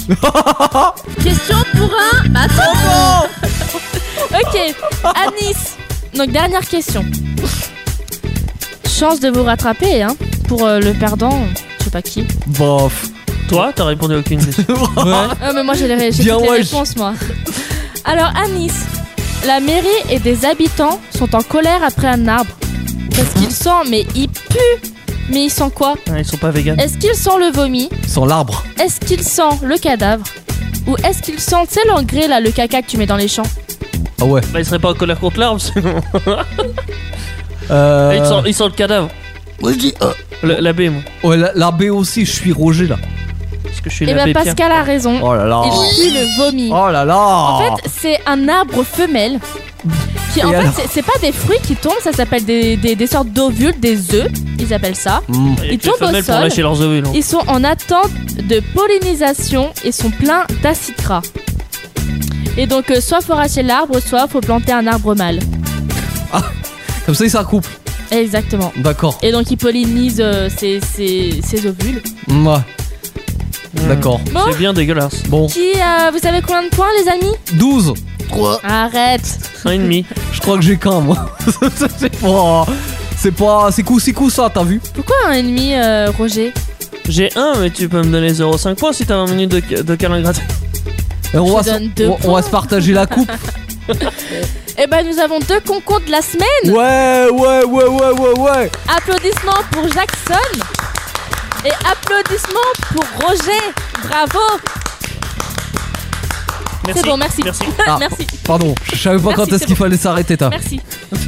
question pour un. Attends
Oh
Ok, à Nice. Donc, dernière question. Chance de vous rattraper, hein. Pour euh, le perdant, je sais pas qui.
Bof.
Toi, t'as répondu à aucune question.
Ah, mais moi, j'ai les, j'ai
Bien
toutes les
wesh.
réponses, moi. Alors, à Nice, la mairie et des habitants sont en colère après un arbre. Parce qu'ils sentent, mais ils puent Mais ils sentent quoi
Ah, ils sont pas véganes.
Est-ce qu'ils sentent le vomi
Sans l'arbre.
Est-ce qu'il sent le cadavre Ou est-ce qu'il sent, tu sais, l'engrais là, le caca que tu mets dans les champs
Ah ouais.
Bah, ils seraient pas en colère contre l'arbre sinon.
Euh,
Ah, Ils, sentent, ils sentent le cadavre.
Moi je dis euh. A.
Le- la B, moi.
ouais, la, la B aussi, je suis Roger, là.
Parce que je suis
Eh
la B.
ben
Pierre.
Pascal a raison.
Oh là là.
Il pue le vomi.
Oh là là.
En fait, c'est un arbre femelle. Qui, en
Et
fait,
alors
c'est- c'est pas des fruits qui tombent, ça s'appelle des, des- des sortes d'ovules, des œufs, ils appellent ça.
Hmm.
Il y a
ils
que les
tombent au
femelles pour
sol.
lâcher leurs ovules. hein.
Ils sont en attente de pollinisation et sont pleins d'acides gras. Et donc, euh, soit faut arracher l'arbre, soit faut planter un arbre mâle.
Comme ça, il s'en couple.
Exactement.
D'accord.
Et donc, ils pollinisent euh, ces- ces- ces ovules.
Hmm, Ouais.
Hmm.
D'accord.
Bon.
C'est bien dégueulasse.
Bon.
Qui, euh, vous savez combien de points, les amis
12.
3.
Arrête.
Un et demi.
Je crois que j'ai qu'un, moi. c'est pas. C'est pas. C'est coup, c'est coup ça, t'as vu
Pourquoi un ennemi, euh, Roger
J'ai un, mais tu peux me donner 0,5 points si t'as un minute de, de câlin gratuit.
Et on,
Je
va
te
se-
donne deux
on- on va se partager la coupe.
Eh ben, nous avons deux concours de la semaine.
Ouais, ouais, ouais, ouais, ouais, ouais.
Applaudissements pour Jackson. Et applaudissements pour Roger. Bravo.
Merci.
C'est bon, merci.
Merci.
Ah,
merci.
Pardon, je savais pas
Merci,
quand
c'est
est-ce qu'il fallait s'arrêter, t'as.
Merci.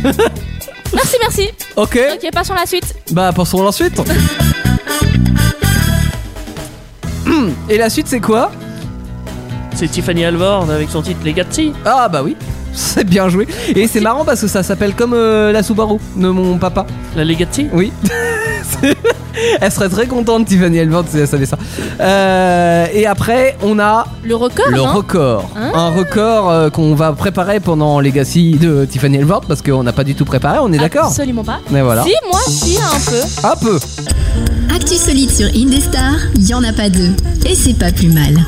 merci, merci.
Ok,
Ok, passons à la suite.
bah passons à la suite. Hmm, Et la suite, c'est quoi
C'est Tiffany Alvord avec son titre Les Gatsi.
Ah, bah oui, c'est bien joué. Et c'est marrant parce que ça s'appelle comme euh, la Subaru de mon papa.
La Legati
Oui. C'est- Elle serait très contente, Tiffany Elvord, si elle savait ça. Euh, et après, on a
Le record,
le
non
record.
Ah.
Un record euh, qu'on va préparer pendant Legacy de Tiffany Elvord parce qu'on n'a pas du tout préparé, on est d'accord
Absolument pas.
Mais voilà.
Ah, Si, moi, si, un peu.
Un peu.
Actu solide sur Indestar, il y en a pas deux. Et c'est pas plus mal.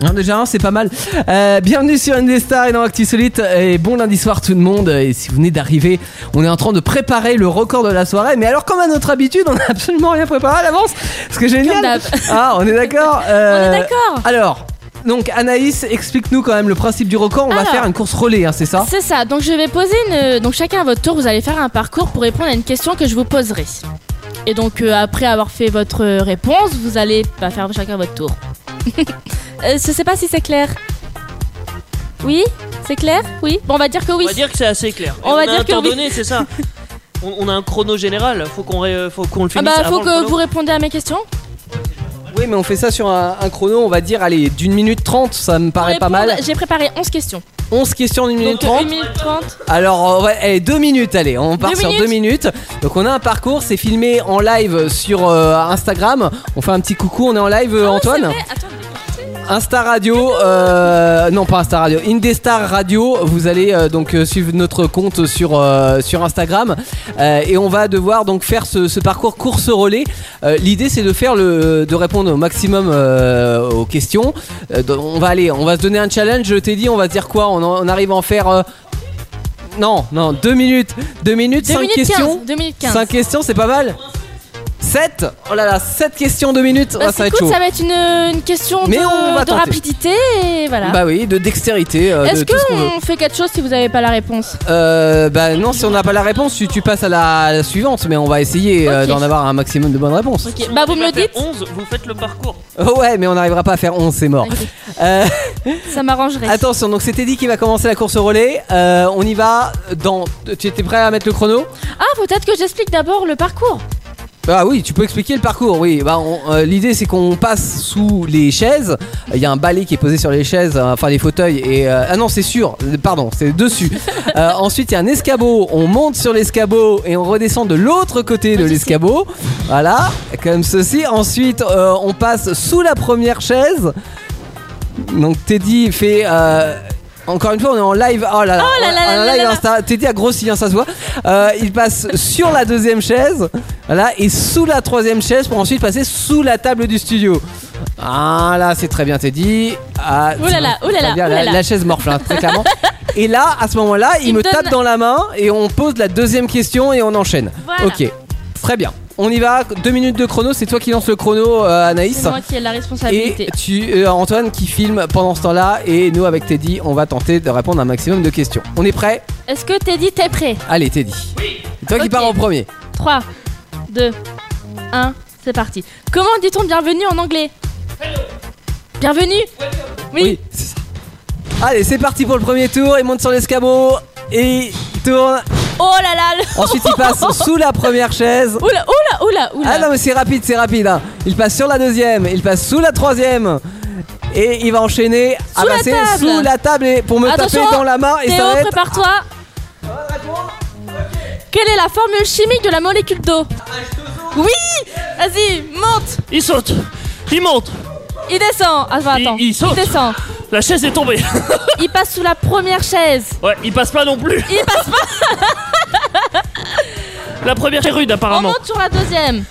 Non, Ah, déjà un, c'est pas mal. Euh, bienvenue sur Indestar et dans Actu Solite. Et bon lundi soir tout le monde. Et si vous venez d'arriver, on est en train de préparer le record de la soirée. Mais alors, comme à notre habitude, on n'a absolument rien préparé à l'avance. Ce que
Comme
génial.
d'hab.
Ah, on est d'accord.
On
euh,
est d'accord.
Alors, donc Anaïs, explique-nous quand même le principe du record. On va
Alors.
faire une course relais, hein, c'est ça
C'est ça. Donc je vais poser une. Donc chacun à votre tour, vous allez faire un parcours pour répondre à une question que je vous poserai. Et donc euh, après avoir fait votre réponse, vous allez bah, faire chacun votre tour. Euh, je sais pas si c'est clair. Oui, c'est clair. Oui. Bon, on va dire que oui.
On va dire que c'est assez clair. Et
On va
a
dire
un
que
temps
oui.
donné, c'est ça. On, on a un chrono général. Faut qu'on ré- faut qu'on le
ah
finisse.
bah
avant
faut
le
que
chrono.
vous répondiez à mes questions.
Oui, mais on fait ça sur un, un chrono, on va dire, allez, d'une minute trente, ça me paraît pas
Répondre,
mal.
J'ai préparé 11 questions.
11 questions d'une minute
bah, Donc,
trente.
1 minute 30.
Alors, euh, ouais, allez, deux minutes, allez, on part
Deux
sur
minutes.
deux minutes. Donc, on a un parcours, c'est filmé en live sur euh, Instagram. On fait un petit coucou, on est en live, euh, Antoine.
Ah C'est vrai, attends.
Insta Radio, euh, non pas Insta Radio, Indestar Radio. Vous allez euh, donc euh, suivre notre compte sur, euh, sur Instagram Euh, et on va devoir donc faire ce, ce parcours course relais. Euh, L'idée c'est de faire le, euh, de répondre au maximum euh, aux questions. Euh, donc, on va aller, on va se donner un challenge. Je t'ai dit, on va se dire quoi on, en- on arrive à en faire. euh, non, non, deux minutes, deux minutes,
2
cinq
minutes
questions.
15. 2 minutes 15.
5 questions, c'est pas mal. 7 Oh là là, 7 questions, 2 minutes,
Bah,
Ah, ça va être
écoute,
chaud.
ça va être une, une question
Mais
de,
on va
de
tenter.
rapidité et voilà.
Bah oui, de dextérité, euh, de
Ah. Est-ce
tout ce qu'on veut.
qu'on fait quelque chose si vous n'avez pas la réponse
Euh, bah non, si on n'a pas la réponse, tu, tu passes à la, à la suivante, mais on va essayer euh,
Ok.
d'en avoir un maximum de bonnes réponses.
Ok,
Si
Bah
on
vous me le
arrive à
dites
faire 11, vous faites le parcours.
Oh ouais, mais on n'arrivera pas à faire 11, c'est mort. Euh,
Ça m'arrangerait.
attention, donc c'était dit qui va commencer la course au relais. Euh, on y va dans... Tu étais prêt à mettre le chrono
Ah peut-être que j'explique d'abord le parcours.
Ah oui, tu peux expliquer le parcours, oui. Bah, on- euh, L'idée c'est qu'on passe sous les chaises. Il y a un balai qui est posé sur les chaises, euh, enfin les fauteuils. Et euh, ah non, c'est sûr. euh, Pardon, c'est dessus. Euh, ensuite, il y a un escabeau. On monte sur l'escabeau et on redescend de l'autre côté de l'escabeau. Voilà, comme ceci. Ensuite, euh, on passe sous la première chaise. Donc Teddy fait. euh, encore une fois, on est en live. Oh là là,
Oh là là
en- en
là là
live
là.
Insta. Teddy a grossi, hein, ça se voit. Euh, il passe sur la deuxième chaise, voilà, et sous la troisième chaise pour ensuite passer sous la table du studio. Ah là, c'est très bien Teddy. Ah,
Ouh là là,
c'est
ouh là
très
là,
bien,
ouh là
la,
là.
la chaise morfle, hein, très clairement. Et là, à ce moment-là, il,
Il
me
me donne-
tape dans la main et on pose la deuxième question et on enchaîne.
Voilà.
Ok, très bien. On y va, deux minutes de chrono, c'est toi qui lance le chrono, euh, Anaïs.
C'est moi qui ai la
Et
responsabilité.
tu, euh, Antoine qui filme pendant ce temps-là et nous avec Teddy, on va tenter de répondre à un maximum de questions. On est prêt
Est-ce que Teddy t'es prêt
Allez Teddy. C'est Toi qui
Ok.
pars en premier.
3, 2, 1, c'est parti. Comment dit-on bienvenue en anglais Bienvenue Oui.
c'est ça. Allez, c'est parti pour le premier tour. Il monte sur l'escabeau et il tourne.
Oh là là le-
Ensuite, il passe sous la première chaise.
Oula, oula, oula, oula
Ah non, mais c'est rapide, c'est rapide. hein. Il passe sur la deuxième, il passe sous la troisième. Et il va enchaîner à
Sous la
passer
table.
sous la table et- pour me
Attention,
taper dans la main et
Théo,
ça va être.
prépare-toi Quelle est la formule chimique de la molécule d'eau Oui Vas-y, monte
Il saute. Il monte.
Il descend Ah, enfin,
Il-
attends,
il saute.
descend
La chaise est tombée.
Il passe sous la première chaise
ouais, il passe pas non plus.
Il passe pas
La première est rude
On
apparemment.
monte sur la deuxième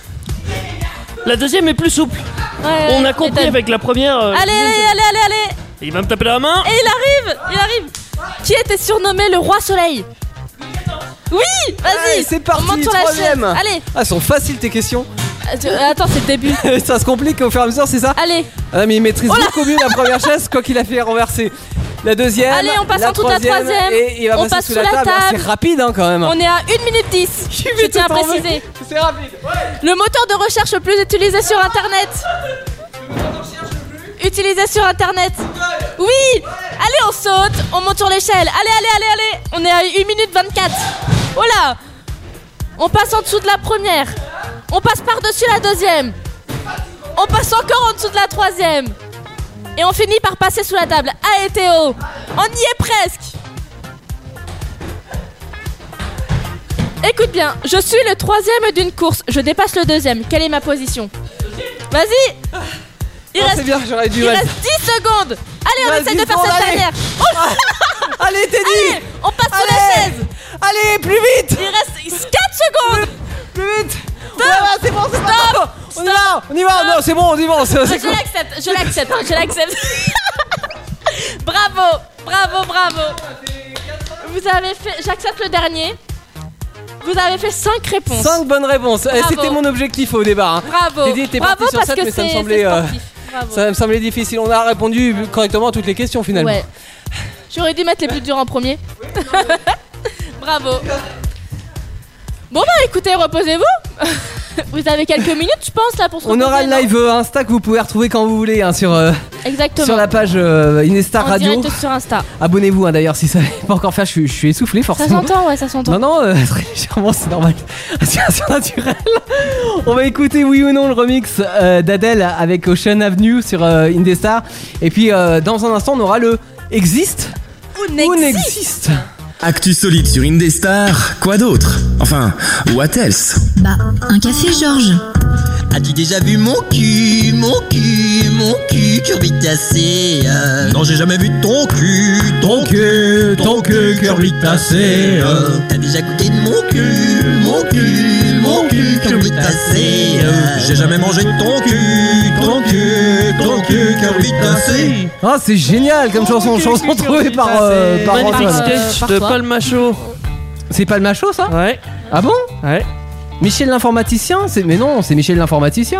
La deuxième est plus souple.
Ouais,
On
ouais,
a compris
m'étonne.
avec la première. euh,
Allez, allez, allez, allez, allez
Il va me taper la main.
Et il arrive Il arrive Qui était surnommé le roi soleil Oui, vas-y
Allez, c'est
on
parti,
monte sur la
troisième.
chaise. Allez,
Ah, elles sont faciles tes questions.
euh, attends, c'est le début.
ça se complique au fur et à mesure, c'est ça
Allez,
Ah, mais il maîtrise
Oh là
beaucoup mieux la première chaise, quoi qu'il a fait renverser. La deuxième.
Allez, on passe en dessous de la troisième.
Et il va
On
passer
passe
sous
sous
la
la
table. Ah,
table.
C'est rapide hein, quand même.
Ah.
on est à 1 minute 10. Je tiens à
tout enlevé.
préciser.
C'est rapide. Oh,
Le moteur de recherche le plus utilisé sur internet. Utilisé sur internet. Oui Allez, on saute, on monte sur l'échelle. Allez, allez, allez, allez On est à 1 minute 24. Oh là On passe en dessous de la première. On passe par-dessus la deuxième. On passe encore en dessous de la troisième. Et on finit par passer sous la table. Allez, Théo On y est presque Écoute bien, je suis le troisième d'une course. Je dépasse le deuxième. Quelle est ma position Vas-y Il
Non,
reste
Ah, C'est bien, j'aurais du
il
mal.
reste 10 secondes Allez, on
Vas-y,
essaie de faire
bon,
cette
allez.
dernière
Allez, Teddy.
Allez, on passe sur la
Allez.
chaise
Allez, plus vite.
Il reste 4 secondes
Plus vite. Ouais, ouais, c'est bon, c'est bon. On y va, on y va.
Stop.
Non, c'est bon, on y va. c'est- c'est
Je l'accepte, je l'accepte, hein, je l'accepte Bravo, bravo, bravo Vous avez fait... J'accepte le dernier. Vous avez fait 5 réponses.
5 bonnes réponses. Eh,
Bravo.
C'était mon objectif au départ. hein.
Bravo
Teddy était
Bravo
parti sur
parce
sept,
que
mais ça me
c'est-
semblait,
c'est
euh,
sportif. Bravo.
Ça me semblait difficile. On a répondu correctement à toutes les questions finalement.
Ouais. J'aurais dû mettre les plus durs en premier. Bravo. Bon bah écoutez, reposez-vous. Vous avez quelques minutes, je pense, là pour se
On aura le
reposer,
live euh, Insta que vous pouvez retrouver quand vous voulez hein, sur, euh,
non Exactement.
sur la page euh, Inestar
En
Radio.
direct sur Insta.
Abonnez-vous hein, d'ailleurs si ça n'est pas encore fait. Je, suis- je suis essoufflé
Ça
forcément.
s'entend, ouais, ça s'entend.
Non, non, euh, très légèrement, c'est normal. Respiration naturelle. On va écouter, oui ou non, le remix euh, d'Adèle avec Ocean Avenue sur euh, Indestar. Et puis, euh, dans un instant, on aura le Existe ou n'existe.
Actu solide sur Indestar, quoi d'autre Enfin, what else
Bah, un café, Georges.
As-tu déjà vu mon cul, mon cul, mon cul curbitacé Non, j'ai jamais vu ton cul, ton cul, ton cul euh. curbitacé T'as déjà goûté de mon cul, mon cul, mon cul curbitacé J'ai jamais mangé de ton cul, ton cul, ton cul curbitacé
Ah, c'est génial
Oh,
comme chanson. Chanson trouvée par, euh, par
Magnifique
Antoine.
sketch
par
de
toi.
Palmacho.
C'est pas le macho, ça
Ouais,
Ah bon
ouais.
Michel l'informaticien c'est... Mais non, c'est Michel l'informaticien.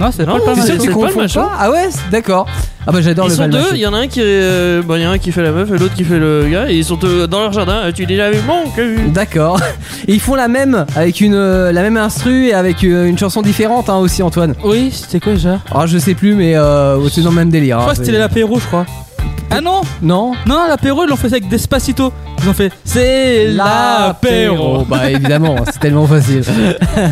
Non, c'est
Non,
pas
c'est
le Palmacho.
sûr que
tu
Ah, c'est
confonds
pas le macho.
Ah ouais, c'est- d'accord. Ah bah j'adore
Ils
le
sont
Palmacho.
deux, il y en a un qui, euh, bon, il y en a un qui fait la meuf et l'autre qui fait le gars, et ils sont euh, dans leur jardin. Euh, Tu dis déjà vu mon cul
D'accord. Et ils font la même avec une euh, la même instru et avec euh, une chanson différente hein, aussi Antoine.
Oui, c'était quoi déjà
Ah je sais plus mais euh, c'est dans le même délire.
Je
hein.
crois que c'était l'apéro, je crois. Ah non
Non.
Non, l'apéro, ils l'ont fait ça avec Despacito. Ils ont fait c'est l'apéro.
Bah évidemment, c'est tellement facile.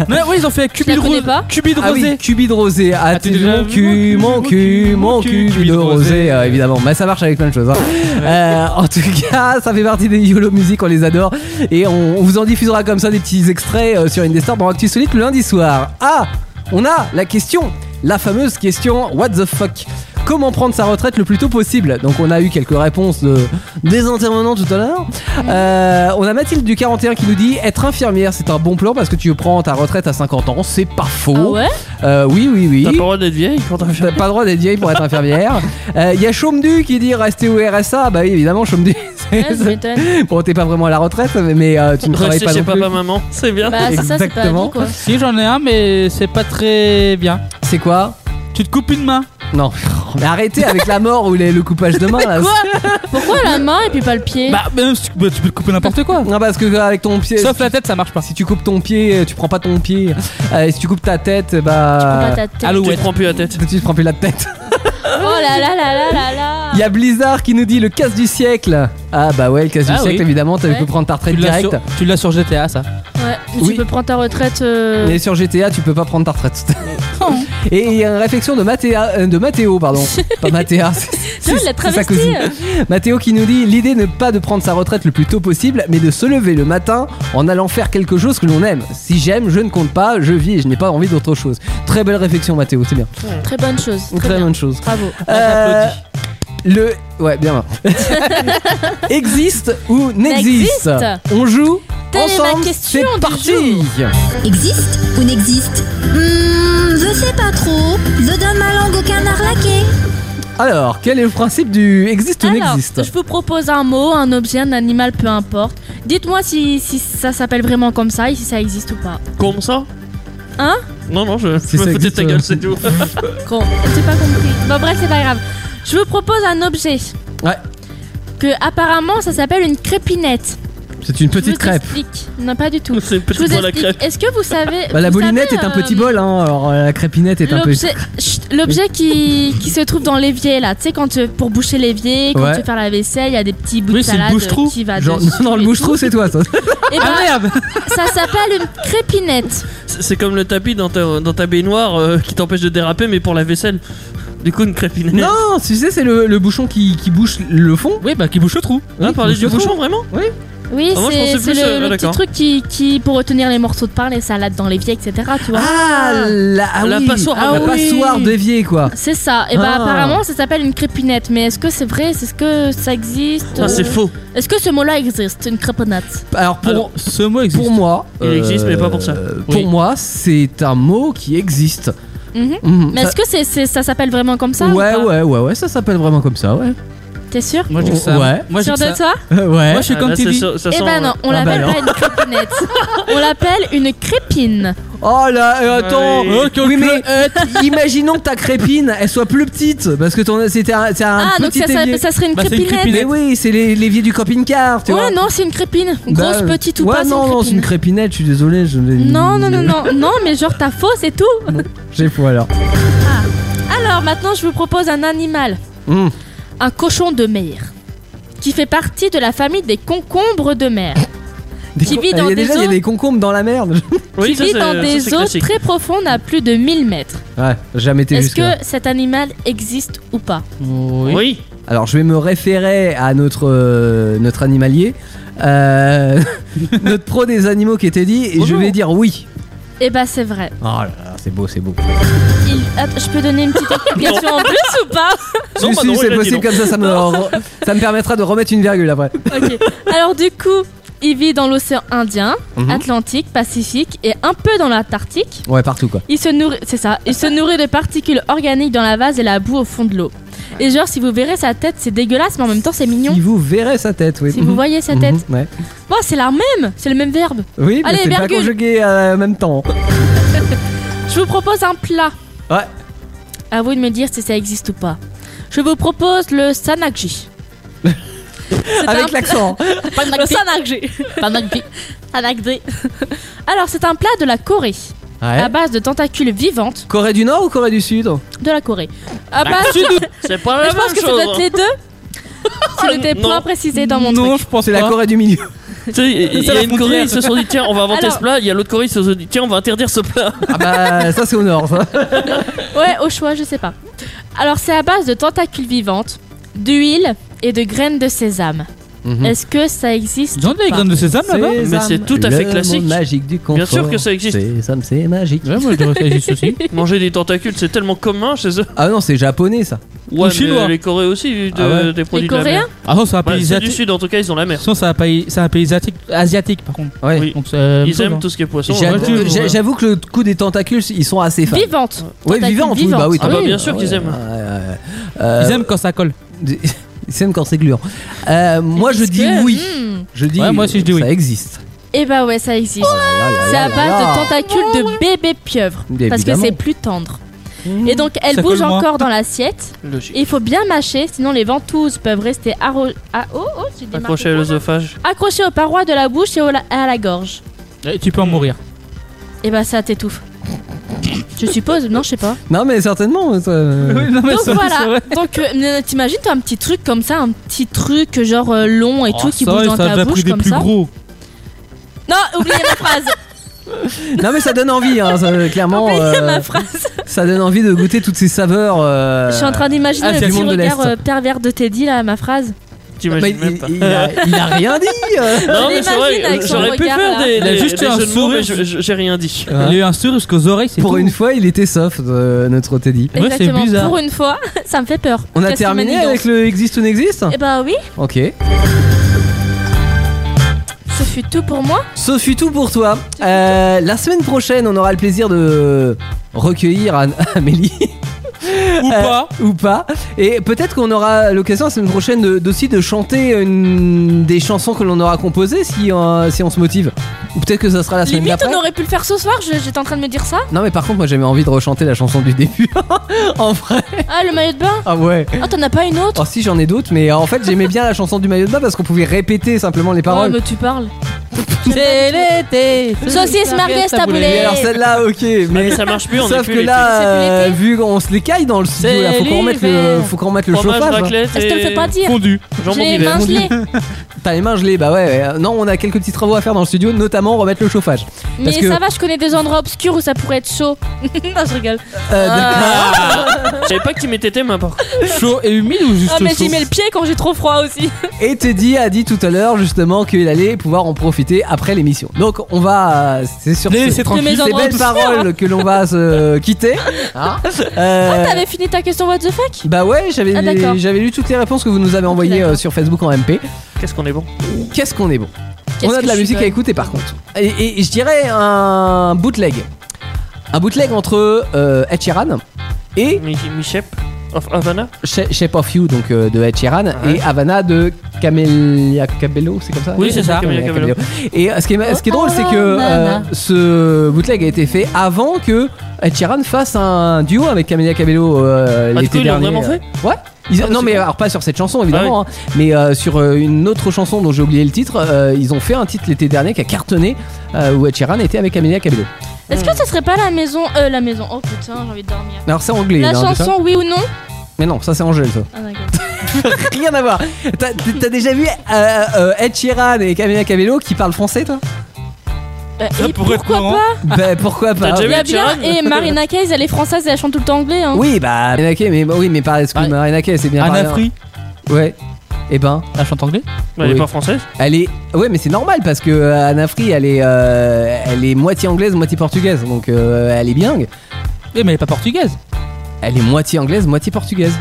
Mais oui, ils ont fait avec
la
Cupid
connais
Rose.
pas
Cupid
Ah oui,
Rosé.
cubide rosé. Ah,
t'as
tu
déjà
mon
vu
cul, mon cul, mon cul,
cubide
cubide rosé,
rosé.
euh, évidemment. Mais ça marche avec plein de choses. hein. Euh, en tout cas, ça fait partie des YOLO Music, on les adore. Et on, on vous en diffusera comme ça des petits extraits euh, sur Indestar dans Actu Solide le lundi soir. Ah, on a la question, la fameuse question What the fuck Comment prendre sa retraite le plus tôt possible Donc on a eu quelques réponses de, des intervenants tout à l'heure. Euh, on a Mathilde du 41 qui nous dit être infirmière c'est un bon plan parce que tu prends ta retraite à 50 ans, c'est pas faux.
Ah ouais
Euh, oui, oui, oui.
T'as pas le droit d'être vieille quand t'as fait
T'as pas le droit d'être vieille pour être infirmière. Il y a Chaumedu qui dit rester au RSA. Bah oui, évidemment, Chaumedu. c'est-
Ouais, je m'étonne.
bon, t'es pas vraiment à la retraite, mais, mais, euh, tu ne travailles
rester
pas
chez
non plus.
papa-maman. C'est bien.
Bah c'est ça, c'est pas la
Exactement.
vie quoi.
Si, j'en ai un, mais c'est pas très bien.
C'est quoi
Tu te coupes une main.
Non. Mais arrêtez avec la mort ou les- le coupage de main. là.
Quoi Pourquoi la main et puis pas le pied
Bah, même si tu, bah, tu peux te couper n'importe quoi.
Non, parce que euh, avec ton pied.
Sauf la tête, ça marche pas.
Si tu coupes ton pied, tu prends pas ton pied. Euh, et si tu coupes ta tête, bah.
Pas ta tête.
Allô,
Tu
ouais.
te prends plus la tête.
Tu te prends plus la tête.
Oh là là là là là là
Il y a Blizzard qui nous dit le casse du siècle. Ah bah ouais, le casse
Ah
du
oui.
siècle, évidemment, t'as
Ouais.
pu prendre ta retraite
Tu l'as
directe.
sur, tu l'as sur GTA, ça.
Ouais, mais
Oui.
tu peux prendre ta retraite. euh, hein
Mais sur GTA, tu peux pas prendre ta retraite.
Non.
Et il y a une réflexion de Mathéa, euh, de Mathéo, pardon. pas Mathéa. c'est-
Tiens, il
c'est-
l'a
c'est sa
travesti. hein.
cousine. Mathéo qui nous dit l'idée n'est pas de prendre sa retraite le plus tôt possible, mais de se lever le matin en allant faire quelque chose que l'on aime. Si j'aime, je ne compte pas, je vis et je n'ai pas envie d'autre chose. Très belle réflexion, Mathéo, c'est bien.
Très bonne chose.
Très,
Très bien.
bonne chose.
Bravo.
Euh, le. Ouais, bien. existe ou n'existe
N'existe.
On joue
Telle est ma
ensemble.
question
C'est
du
parti
Existe ou n'existe Hmm, je sais pas trop. Je donne ma langue au canard laqué.
Alors, quel est le principe du existe ou
Alors,
n'existe
je vous propose un mot, un objet, un animal, peu importe. Dites-moi si, si ça s'appelle vraiment comme ça et si ça existe ou pas.
Comme ça
Hein
Non, non, je,
Si
je
ça
me foutais de
existe,
ta
euh.
gueule, c'est tout.
Con- J'ai pas compris. Bon, bref, c'est pas grave. Je vous propose un objet.
Ouais.
Que apparemment ça s'appelle une crépinette.
C'est une
je
petite
vous
crêpe.
explique. Non, pas du tout.
c'est une
Je vous
petite boîte à crêpes.
explique. Est-ce que vous savez.
Bah, La
vous
bolinette
savez,
est un
euh,
petit bol, hein, alors euh, la crépinette est un peu.
L'objet chut, l'objet qui, qui se trouve dans l'évier là, tu sais quand tu, pour boucher l'évier, quand
Ouais.
tu fais la vaisselle, il y a des petits bouts
Oui,
de
c'est le
salade
bouche-trou.
qui va
Genre,
dessus
non, le
et
bouche-trou, Ah,
tout.
c'est toi, ça.
Eh ben,
merde
ça s'appelle une crépinette.
C'est c'est comme le tapis dans ta, dans ta baignoire euh, qui t'empêche de déraper, mais pour la vaisselle. Du coup, une crépinette.
Non, tu sais, c'est le, le bouchon qui, qui bouche le fond.
Oui, bah qui bouche le trou.
On parlait
bouche
Hein, du
le trou.
bouchon, vraiment
Oui,
Ah, moi, je
c'est
pensais
c'est
plus, euh,
le, le petit
d'accord.
truc qui, qui pour retenir les morceaux de pain, les salades dans l'évier, etc. Tu vois.
Ah, la, ah
La
oui.
passoire.
Ah,
Ah
la
oui.
passoire d'évier, quoi.
C'est ça. Et bah
Ah.
apparemment ça s'appelle une crépinette. Mais est-ce que c'est vrai Est-ce que ça existe
Ah, c'est
Euh,
faux.
Est-ce que ce mot-là existe Une crépinette.
Alors, pour,
Alors,
Ce mot existe.
pour moi. euh,
Il existe, mais pas pour ça.
Pour
Oui.
moi, c'est un mot qui existe.
Mhm.
Mhm.
Mais
Ça-
est-ce que c'est c'est- ça s'appelle vraiment comme ça ou
ouais,
pas
ouais, ouais, ouais, ça s'appelle vraiment comme ça, ouais.
T'es sûr
Moi je dis que ça.
Ouais.
Moi je
Sûr
dis que
de
ça.
toi
ouais.
Moi je suis
Ah,
comme
là, ça
Teddy.
sent- euh, ça
Eh
sent-
ben non, on
Ah
l'appelle
bah non.
pas une crépinette. on l'appelle une crépine.
Oh là, euh, attends.
Ouais.
euh, oui, mais euh, imaginons que ta crépine, elle soit plus petite, parce que ton, c'était un, c'est un
ah, donc
petit
ça, ça-
évier.
ça serait une
Bah, c'est une
crépinette.
Mais oui, c'est les- l'évier du camping-car, tu vois.
ouais, non, c'est une crépine.
Bah,
Grosse, petite ou
ouais,
pas, c'est
non,
une
non, c'est une
crépine.
crépinette. Je suis désolé. Je l'ai-
Non, non, non, non, non, mais genre t'as faux, c'est tout.
J'ai faux alors.
Alors maintenant, je vous propose un animal,
Hum.
un cochon de mer, qui fait partie de la famille des concombres de mer,
Des
Qui
con-
vit dans
Il y a
des
déjà il y a
eaux-
des concombres dans la merde.
Oui,
qui
ça,
vit
c'est-
dans
ça,
des
c'est
eaux
classique.
très profondes à plus de 1000 mètres.
ouais, jamais été
Est-ce
jusque.
que cet animal existe ou pas
Oui.
Alors je vais me référer à notre euh, notre animalier, euh, notre pro des animaux qui était dit, et je
Bonjour.
vais dire oui.
Eh bah c'est vrai.
Oh là là, c'est beau, c'est beau.
Il- Attends, je peux donner une petite explication en plus ou pas
Non,
Si,
bah
si,
non, il
c'est
a dit
possible
non.
comme ça, ça me re- ça me permettra de remettre une virgule après.
Ok. Alors du coup, il vit dans l'océan Indien,
Mhm.
Atlantique, Pacifique et un peu dans l'Antarctique.
Ouais, partout quoi.
Il se nourrit, c'est ça, il se nourrit de particules organiques dans la vase et la boue au fond de l'eau. Et genre, si vous verrez sa tête, c'est dégueulasse, mais en même temps, c'est mignon.
Si vous verrez sa tête, oui.
Si vous voyez sa
Mhm,
tête,
ouais.
bon, c'est la même, c'est le même verbe.
Oui, mais
Allez,
c'est pas
virgule.
conjugué euh, en même temps.
Je vous propose un plat.
Ouais.
À vous de me dire si ça existe ou pas. Je vous propose le sanakji. C'est un
Avec l'accent.
Le sanakji. Sanakji. Alors, c'est un plat de la Corée, à
Ouais.
base de tentacules vivantes
Corée du Nord ou Corée du Sud
de la Corée. À base
C'est pas Bah,
Mais
la
je pense
même
que ça doit être
chose.
les deux. C'est n'était
Non.
pas précisé dans mon
non,
truc.
je pense
C'est la
pas.
Corée du Milieu.
Tu sais, il y
C'est la
a une
frontière.
Corée, ils se sont dit tiens, on va inventer
Alors-
ce plat. Il y a l'autre Corée, ils se sont dit tiens, on va interdire ce plat.
Ah bah ça c'est au Nord ça.
Ouais, au choix, je sais pas. Alors, c'est à base de tentacules vivantes, d'huile et de graines de sésame.
Mhm.
Est-ce que ça existe
Ils ont des
pas
graines de sésame là-bas
Mais c'est tout à
Le
fait classique.
monde magique du confort.
Bien sûr que ça existe.
C'est ça, c'est magique.
Ouais, moi je dirais que ça existe aussi.
Manger des tentacules, c'est tellement commun chez eux.
Ah non, c'est japonais ça.
Ouais, mais
chinois.
les Coréens aussi, vu de-
Ah ouais.
des
Les
produits de la mer.
Coréens
Ah non, c'est un
Ouais,
pays
c'est du
asiatique.
sud, en tout cas, ils ont la mer.
Sinon, c'est un pays, c'est un pays asiatique, asiatique par contre.
Ouais.
Oui.
Donc, c'est- euh,
Ils
c'est
aiment
bon.
tout ce qui est poisson.
J'a-
Ouais,
J'adore.
ouais.
j'a- J'avoue que le coup des tentacules, ils sont assez fans.
Vivantes.
Ouais,
Tentacules
vivante, oui,
vivantes.
bah oui.
Ah bah,
oui,
bien sûr qu'ils aiment.
Ils aiment quand ça colle.
aiment. Euh, Ils aiment quand c'est gluant. Euh, moi, je
Est-ce
dis
que-
oui.
Hmm.
Je dis.
Ouais, moi aussi, je dis oui.
Ça existe.
Eh bah ouais, ça existe.
Ah là là
C'est à
là
base
là.
de tentacules de bébé pieuvre.
Bien
Parce que
évidemment.
c'est plus tendre. Et donc, elle
Hmm. Ça
bouge
colle moins.
encore dans l'assiette.
Logique.
Et Il faut bien mâcher, sinon les ventouses peuvent rester arro... ah, oh, oh, j'ai démarré.
Accroché à l'œsophage.
accrochées aux parois de la bouche et au la- à la gorge.
Et Eh, tu peux en mourir.
Et bah ça t'étouffe. Je suppose, non, je sais pas.
Non, mais certainement. ça- euh,
non, mais
Donc
ça, c'est
voilà.
vrai.
Donc euh, euh, t'imagines t'as un petit truc comme ça, un petit truc genre euh, long et tout
Oh,
qui
ça,
bouge dans
ça a
ta
déjà
bouche
pris des
comme
plus
ça.
gros.
Non, oubliez ma phrase.
Non, mais ça donne envie. hein, ça- clairement,
Oubliez
euh,
ma phrase.
ça donne envie de goûter toutes ces saveurs. euh,
Je suis en train d'imaginer
ah,
le
c'est du
petit
monde de
regard
l'Est.
euh, pervers de Teddy là, à ma phrase.
mais
T'imagines même
il,
pas.
il a, il a rien dit. euh.
Non, mais c'est
l'imagine avec
vrai,
son
j'aurais pu
regard,
faire
là.
des,
Il a
des,
juste
des
fait un
jeux de mots, mais
sourire.
je- je- j'ai rien dit.
Ouais.
Il y a eu un sourire jusqu'aux oreilles, c'est
Pour
tout.
une fois, il était soft, euh, notre Teddy.
Eh Ouais, c'est
Exactement.
bizarre.
Pour une fois, ça me fait peur.
On a
Qu'est-ce que
terminé
Manu
avec le existe ou n'existe
Eh bah oui,
Ok.
ce fut tout pour moi.
Ce fut tout pour toi. Euh, la semaine prochaine, on aura le plaisir de recueillir Anne- Amélie.
Ou
Euh,
pas
ou pas. Et peut-être qu'on aura l'occasion la semaine prochaine de- d'aussi de chanter une- des chansons que l'on aura composées si, euh, si on se motive. Ou peut-être que ça sera la semaine
Limite,
d'après.
on aurait pu le faire ce soir, je- j'étais en train de me dire ça.
Non mais par contre moi j'avais envie de rechanter la chanson du début en vrai.
Ah, le maillot de bain
Ah ouais.
Ah, t'en as pas une autre
Oh si j'en ai d'autres mais euh, en fait j'aimais bien la chanson du maillot de bain parce qu'on pouvait répéter simplement les
Ouais,
paroles.
mais tu parles.
C'est l'été
Saucisse, merguez,
Mais
taboulet.
alors celle-là ok
Ah, mais
mais
ça marche plus, on est
sauf
plus
que
les
là
l'été.
euh, vu qu'on se les caille dans le studio
C'est
là, faut qu'on remette le
l'hiver.
faut qu'on remette
filles.
le
fromage,
chauffage. hein.
raclette
Est-ce
et
que me fais pas dire
Fondu.
jambon
J'ai les
d'hiver.
mains gelées.
T'as les mains gelées bah ouais, ouais. Non on a quelques petits travaux à faire dans le studio notamment remettre le chauffage.
Mais
Parce que-
ça va, je connais des endroits obscurs où ça pourrait être chaud. non, je rigole.
Euh,
Ah, Je savais pas que tu mettais tes mains par contre.
Chaud et humide ou juste
Ah, mais
chaud
j'y mets le pied quand j'ai trop froid aussi.
Et Teddy a dit tout à l'heure justement qu'il allait pouvoir en profiter après l'émission. Donc on va, euh, c'est sur
Les laisser
ces
tranquilles.
Mais
ces
endroits
belles
obscurs,
paroles que l'on va se quitter. hein. Euh,
Ah, T'avais fini ta question, what the fuck
bah ouais, j'avais
Ah, d'accord.
j'avais lu toutes les réponses que vous nous avez envoyées
d'accord.
euh, sur Facebook en MP.
Qu'est-ce qu'on est bon.
Qu'est-ce qu'on est bon
Qu'est-ce
On a de
que
la
je suis
musique à
bonne.
écouter par contre. Et, et- et je dirais un bootleg, un bootleg entre euh, Ed Sheeran et
Mi- Michep of Havana
Sha- Shape of You donc euh, de Ed Sheeran
Ouais.
et Havana de Camelia Cabello, c'est comme ça
Oui, c'est ça,
Camila
Camila Cabello.
Cabello. Et euh, ce qui est, ce qui est drôle, c'est que
Oh,
euh,
nana.
ce bootleg a été fait avant que Ed Sheeran fasse un duo avec Camelia Cabello euh,
Ah, du coup,
l'été
ils l'ont
dernier.
vraiment fait
Ouais. Ils-
Ah,
non
c'est
mais
cool. Ah,
alors pas sur cette chanson évidemment, hein, mais euh, sur euh, une autre chanson dont j'ai oublié le titre, euh, ils ont fait un titre l'été dernier qui a cartonné euh, où Ed Sheeran était avec Camelia Cabello.
Est-ce que ça serait pas la maison Euh, la maison. Oh putain, j'ai envie de dormir.
Alors c'est anglais,
La
hein, déjà.
chanson, oui ou non
mais non ça c'est Angèle ça.
Ah, d'accord.
Rien à voir. T'as t'as déjà vu euh, euh, Ed Sheeran et Camila Cabello qui parlent français, toi
Euh,
Ça
et
pourrait être Eh
pourquoi
marrant.
pas
Bah pourquoi pas
T'as déjà
Il y a
vu Ed
bien.
Sheeran
Et Marina Kays, elle est française et elle chante tout le temps anglais. Hein.
Oui, bah Marina Kaye, mais bah, oui, mais par excuse
Ah.
Marina Kaye, c'est bien.
Anna
par-
Free,
Ouais. Eh ben,
elle chante anglais
Bah, Elle
Oui.
est pas française.
elle est. Ouais, mais c'est normal parce que euh, Anna Free, elle est, euh, elle est moitié anglaise, moitié portugaise, donc euh, elle est bilingue.
Oui, Eh, mais elle est pas portugaise.
Elle est moitié anglaise, moitié portugaise.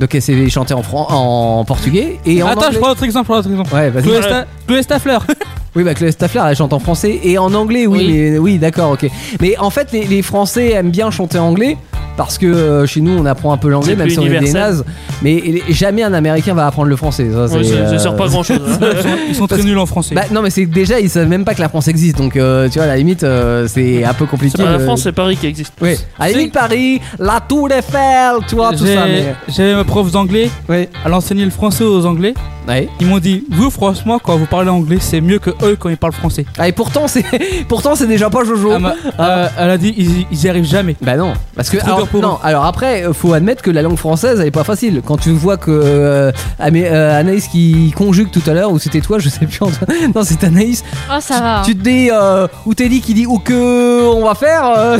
Donc elle s'est chantée en, fran- en portugais et en
Attends,
anglais.
je prends un autre exemple, je prends un autre exemple.
Ouais, vas-y.
euh,
Chloé Sta- Chloé Staffler.
Oui, bah Chloé Staffler, elle chante en français et en anglais, oui,
Oui.
mais oui, d'accord, ok. Mais en fait, les, les Français aiment bien chanter anglais parce que euh, chez nous, on apprend un peu l'anglais,
C'est
même
plus
si on est des
universel.
nazes. Mais les- jamais un Américain va apprendre le français. Ça,
Ouais,
c'est,
ça ça
euh,
sert pas hein. grand chose.
Ils sont très nuls en français.
Bah, non, mais c'est que déjà, ils savent même pas que la France existe, donc euh, tu vois, à la limite, euh, c'est un peu compliqué.
la
euh,
France, c'est Paris qui existe.
ouais. À la limite, Paris, la Tour Eiffel, tu vois, tout
J'ai-
ça. Mais... euh.
J'avais mes profs d'anglais,
Ouais.
elle enseignait le français aux anglais.
Ouais.
Ils m'ont dit, vous franchement, quand vous parlez anglais, c'est mieux que eux quand ils parlent français.
Ah, et pourtant, c'est, pourtant, c'est déjà pas Jojo.
Ah,
Elle m'a- euh, elle a dit, ils, y- ils y arrivent jamais.
Bah non, parce que
Trop
alors,
dur pour
non, alors après euh, faut admettre que la langue française elle est pas facile. Quand tu vois que euh, Amé- euh, Anaïs qui conjugue tout à l'heure ou c'était toi, je sais plus. Antoine. Non, c'est Anaïs.
Oh, ça
Ah.
va.
Tu te dis euh, ou Teddy qui dit ou que on va faire euh,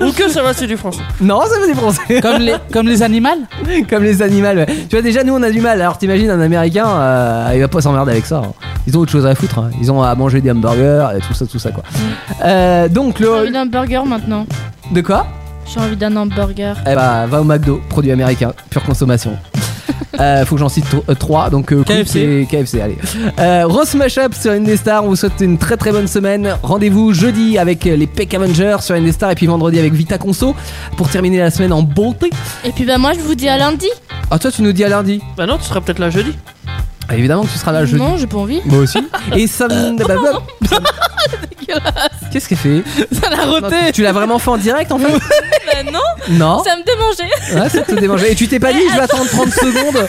Ou que ça va, c'est du français.
Non, ça veut des français
Comme les, comme les animaux
comme les animaux. ouais. Tu vois déjà nous on a du mal. Alors t'imagines un américain, euh, il va pas s'emmerder avec ça. hein. Ils ont autre chose à foutre. hein. Ils ont à manger des hamburgers et tout ça tout ça quoi.
Mm.
Euh, donc
Ah,
J'ai envie
le
d'un burger maintenant.
de quoi
J'ai envie d'un hamburger.
Eh bah, va au McDo, produit américain, pure consommation. Euh, faut que j'en cite tro- euh, trois, donc euh, Quick
KFC.
et KFC, allez. Euh, Ross Mashup sur Indestar, on vous souhaite une très très bonne semaine. Rendez-vous jeudi avec euh, les Peck Avengers sur Indestar et puis vendredi avec Vita Conso pour terminer la semaine en bonté.
Et puis, bah, moi, je vous dis à lundi.
Ah, toi, tu nous dis à lundi
Bah non, tu seras peut-être là jeudi.
Ah, Évidemment que tu seras là jeudi.
Non, j'ai pas envie.
Moi aussi. Et samedi. bah, bah, sam- Qu'est-ce qu'elle fait
Ça l'a
Non, tu- Tu l'as vraiment fait en direct en fait
Bah, non,
Non.
ça me démangeait.
Ouais, ça te démangeait. Et tu t'es pas dit, je vais attendre 30 secondes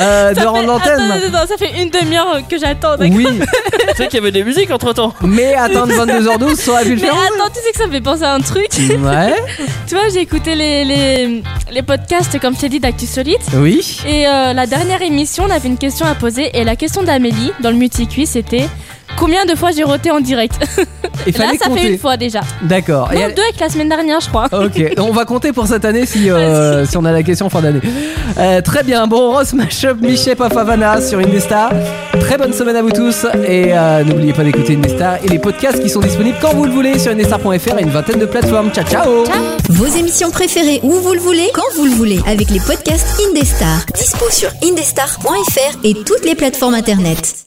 euh, de rendre
Attends,
l'antenne
attends, attends, ça fait une demi-heure que j'attends. d'accord
Oui,
Tu sais qu'il y avait des musiques entre temps.
mais attendre 22h12, ça aurait pu le
Mais
faire.
attends, tu sais que ça me fait penser à un truc.
Ouais,
tu vois, j'ai écouté les, les, les podcasts, comme je t'ai dit, d'Actu Solide.
oui.
Et euh, la dernière émission, on avait une question à poser. Et la question d'Amélie, dans le multicuit, c'était Combien de fois j'ai roté en direct
Il
Là,
fallait
ça fait
compter.
une fois déjà.
D'accord. Et
Non,
elle-
deux avec la semaine dernière, je crois.
Ah, Ok, on va compter pour cette année si, euh, si on a la question en fin d'année. Euh, très bien, bon Ross Mashup, Michel Pafavana sur Indestar. Très bonne semaine à vous tous et euh, n'oubliez pas d'écouter Indestar et les podcasts qui sont disponibles quand vous le voulez sur indestar.fr et une vingtaine de plateformes. Ciao, ciao.
Vos émissions préférées où vous le voulez, quand vous le voulez, avec les podcasts Indestar. Dispo sur indestar.fr et toutes les plateformes internet.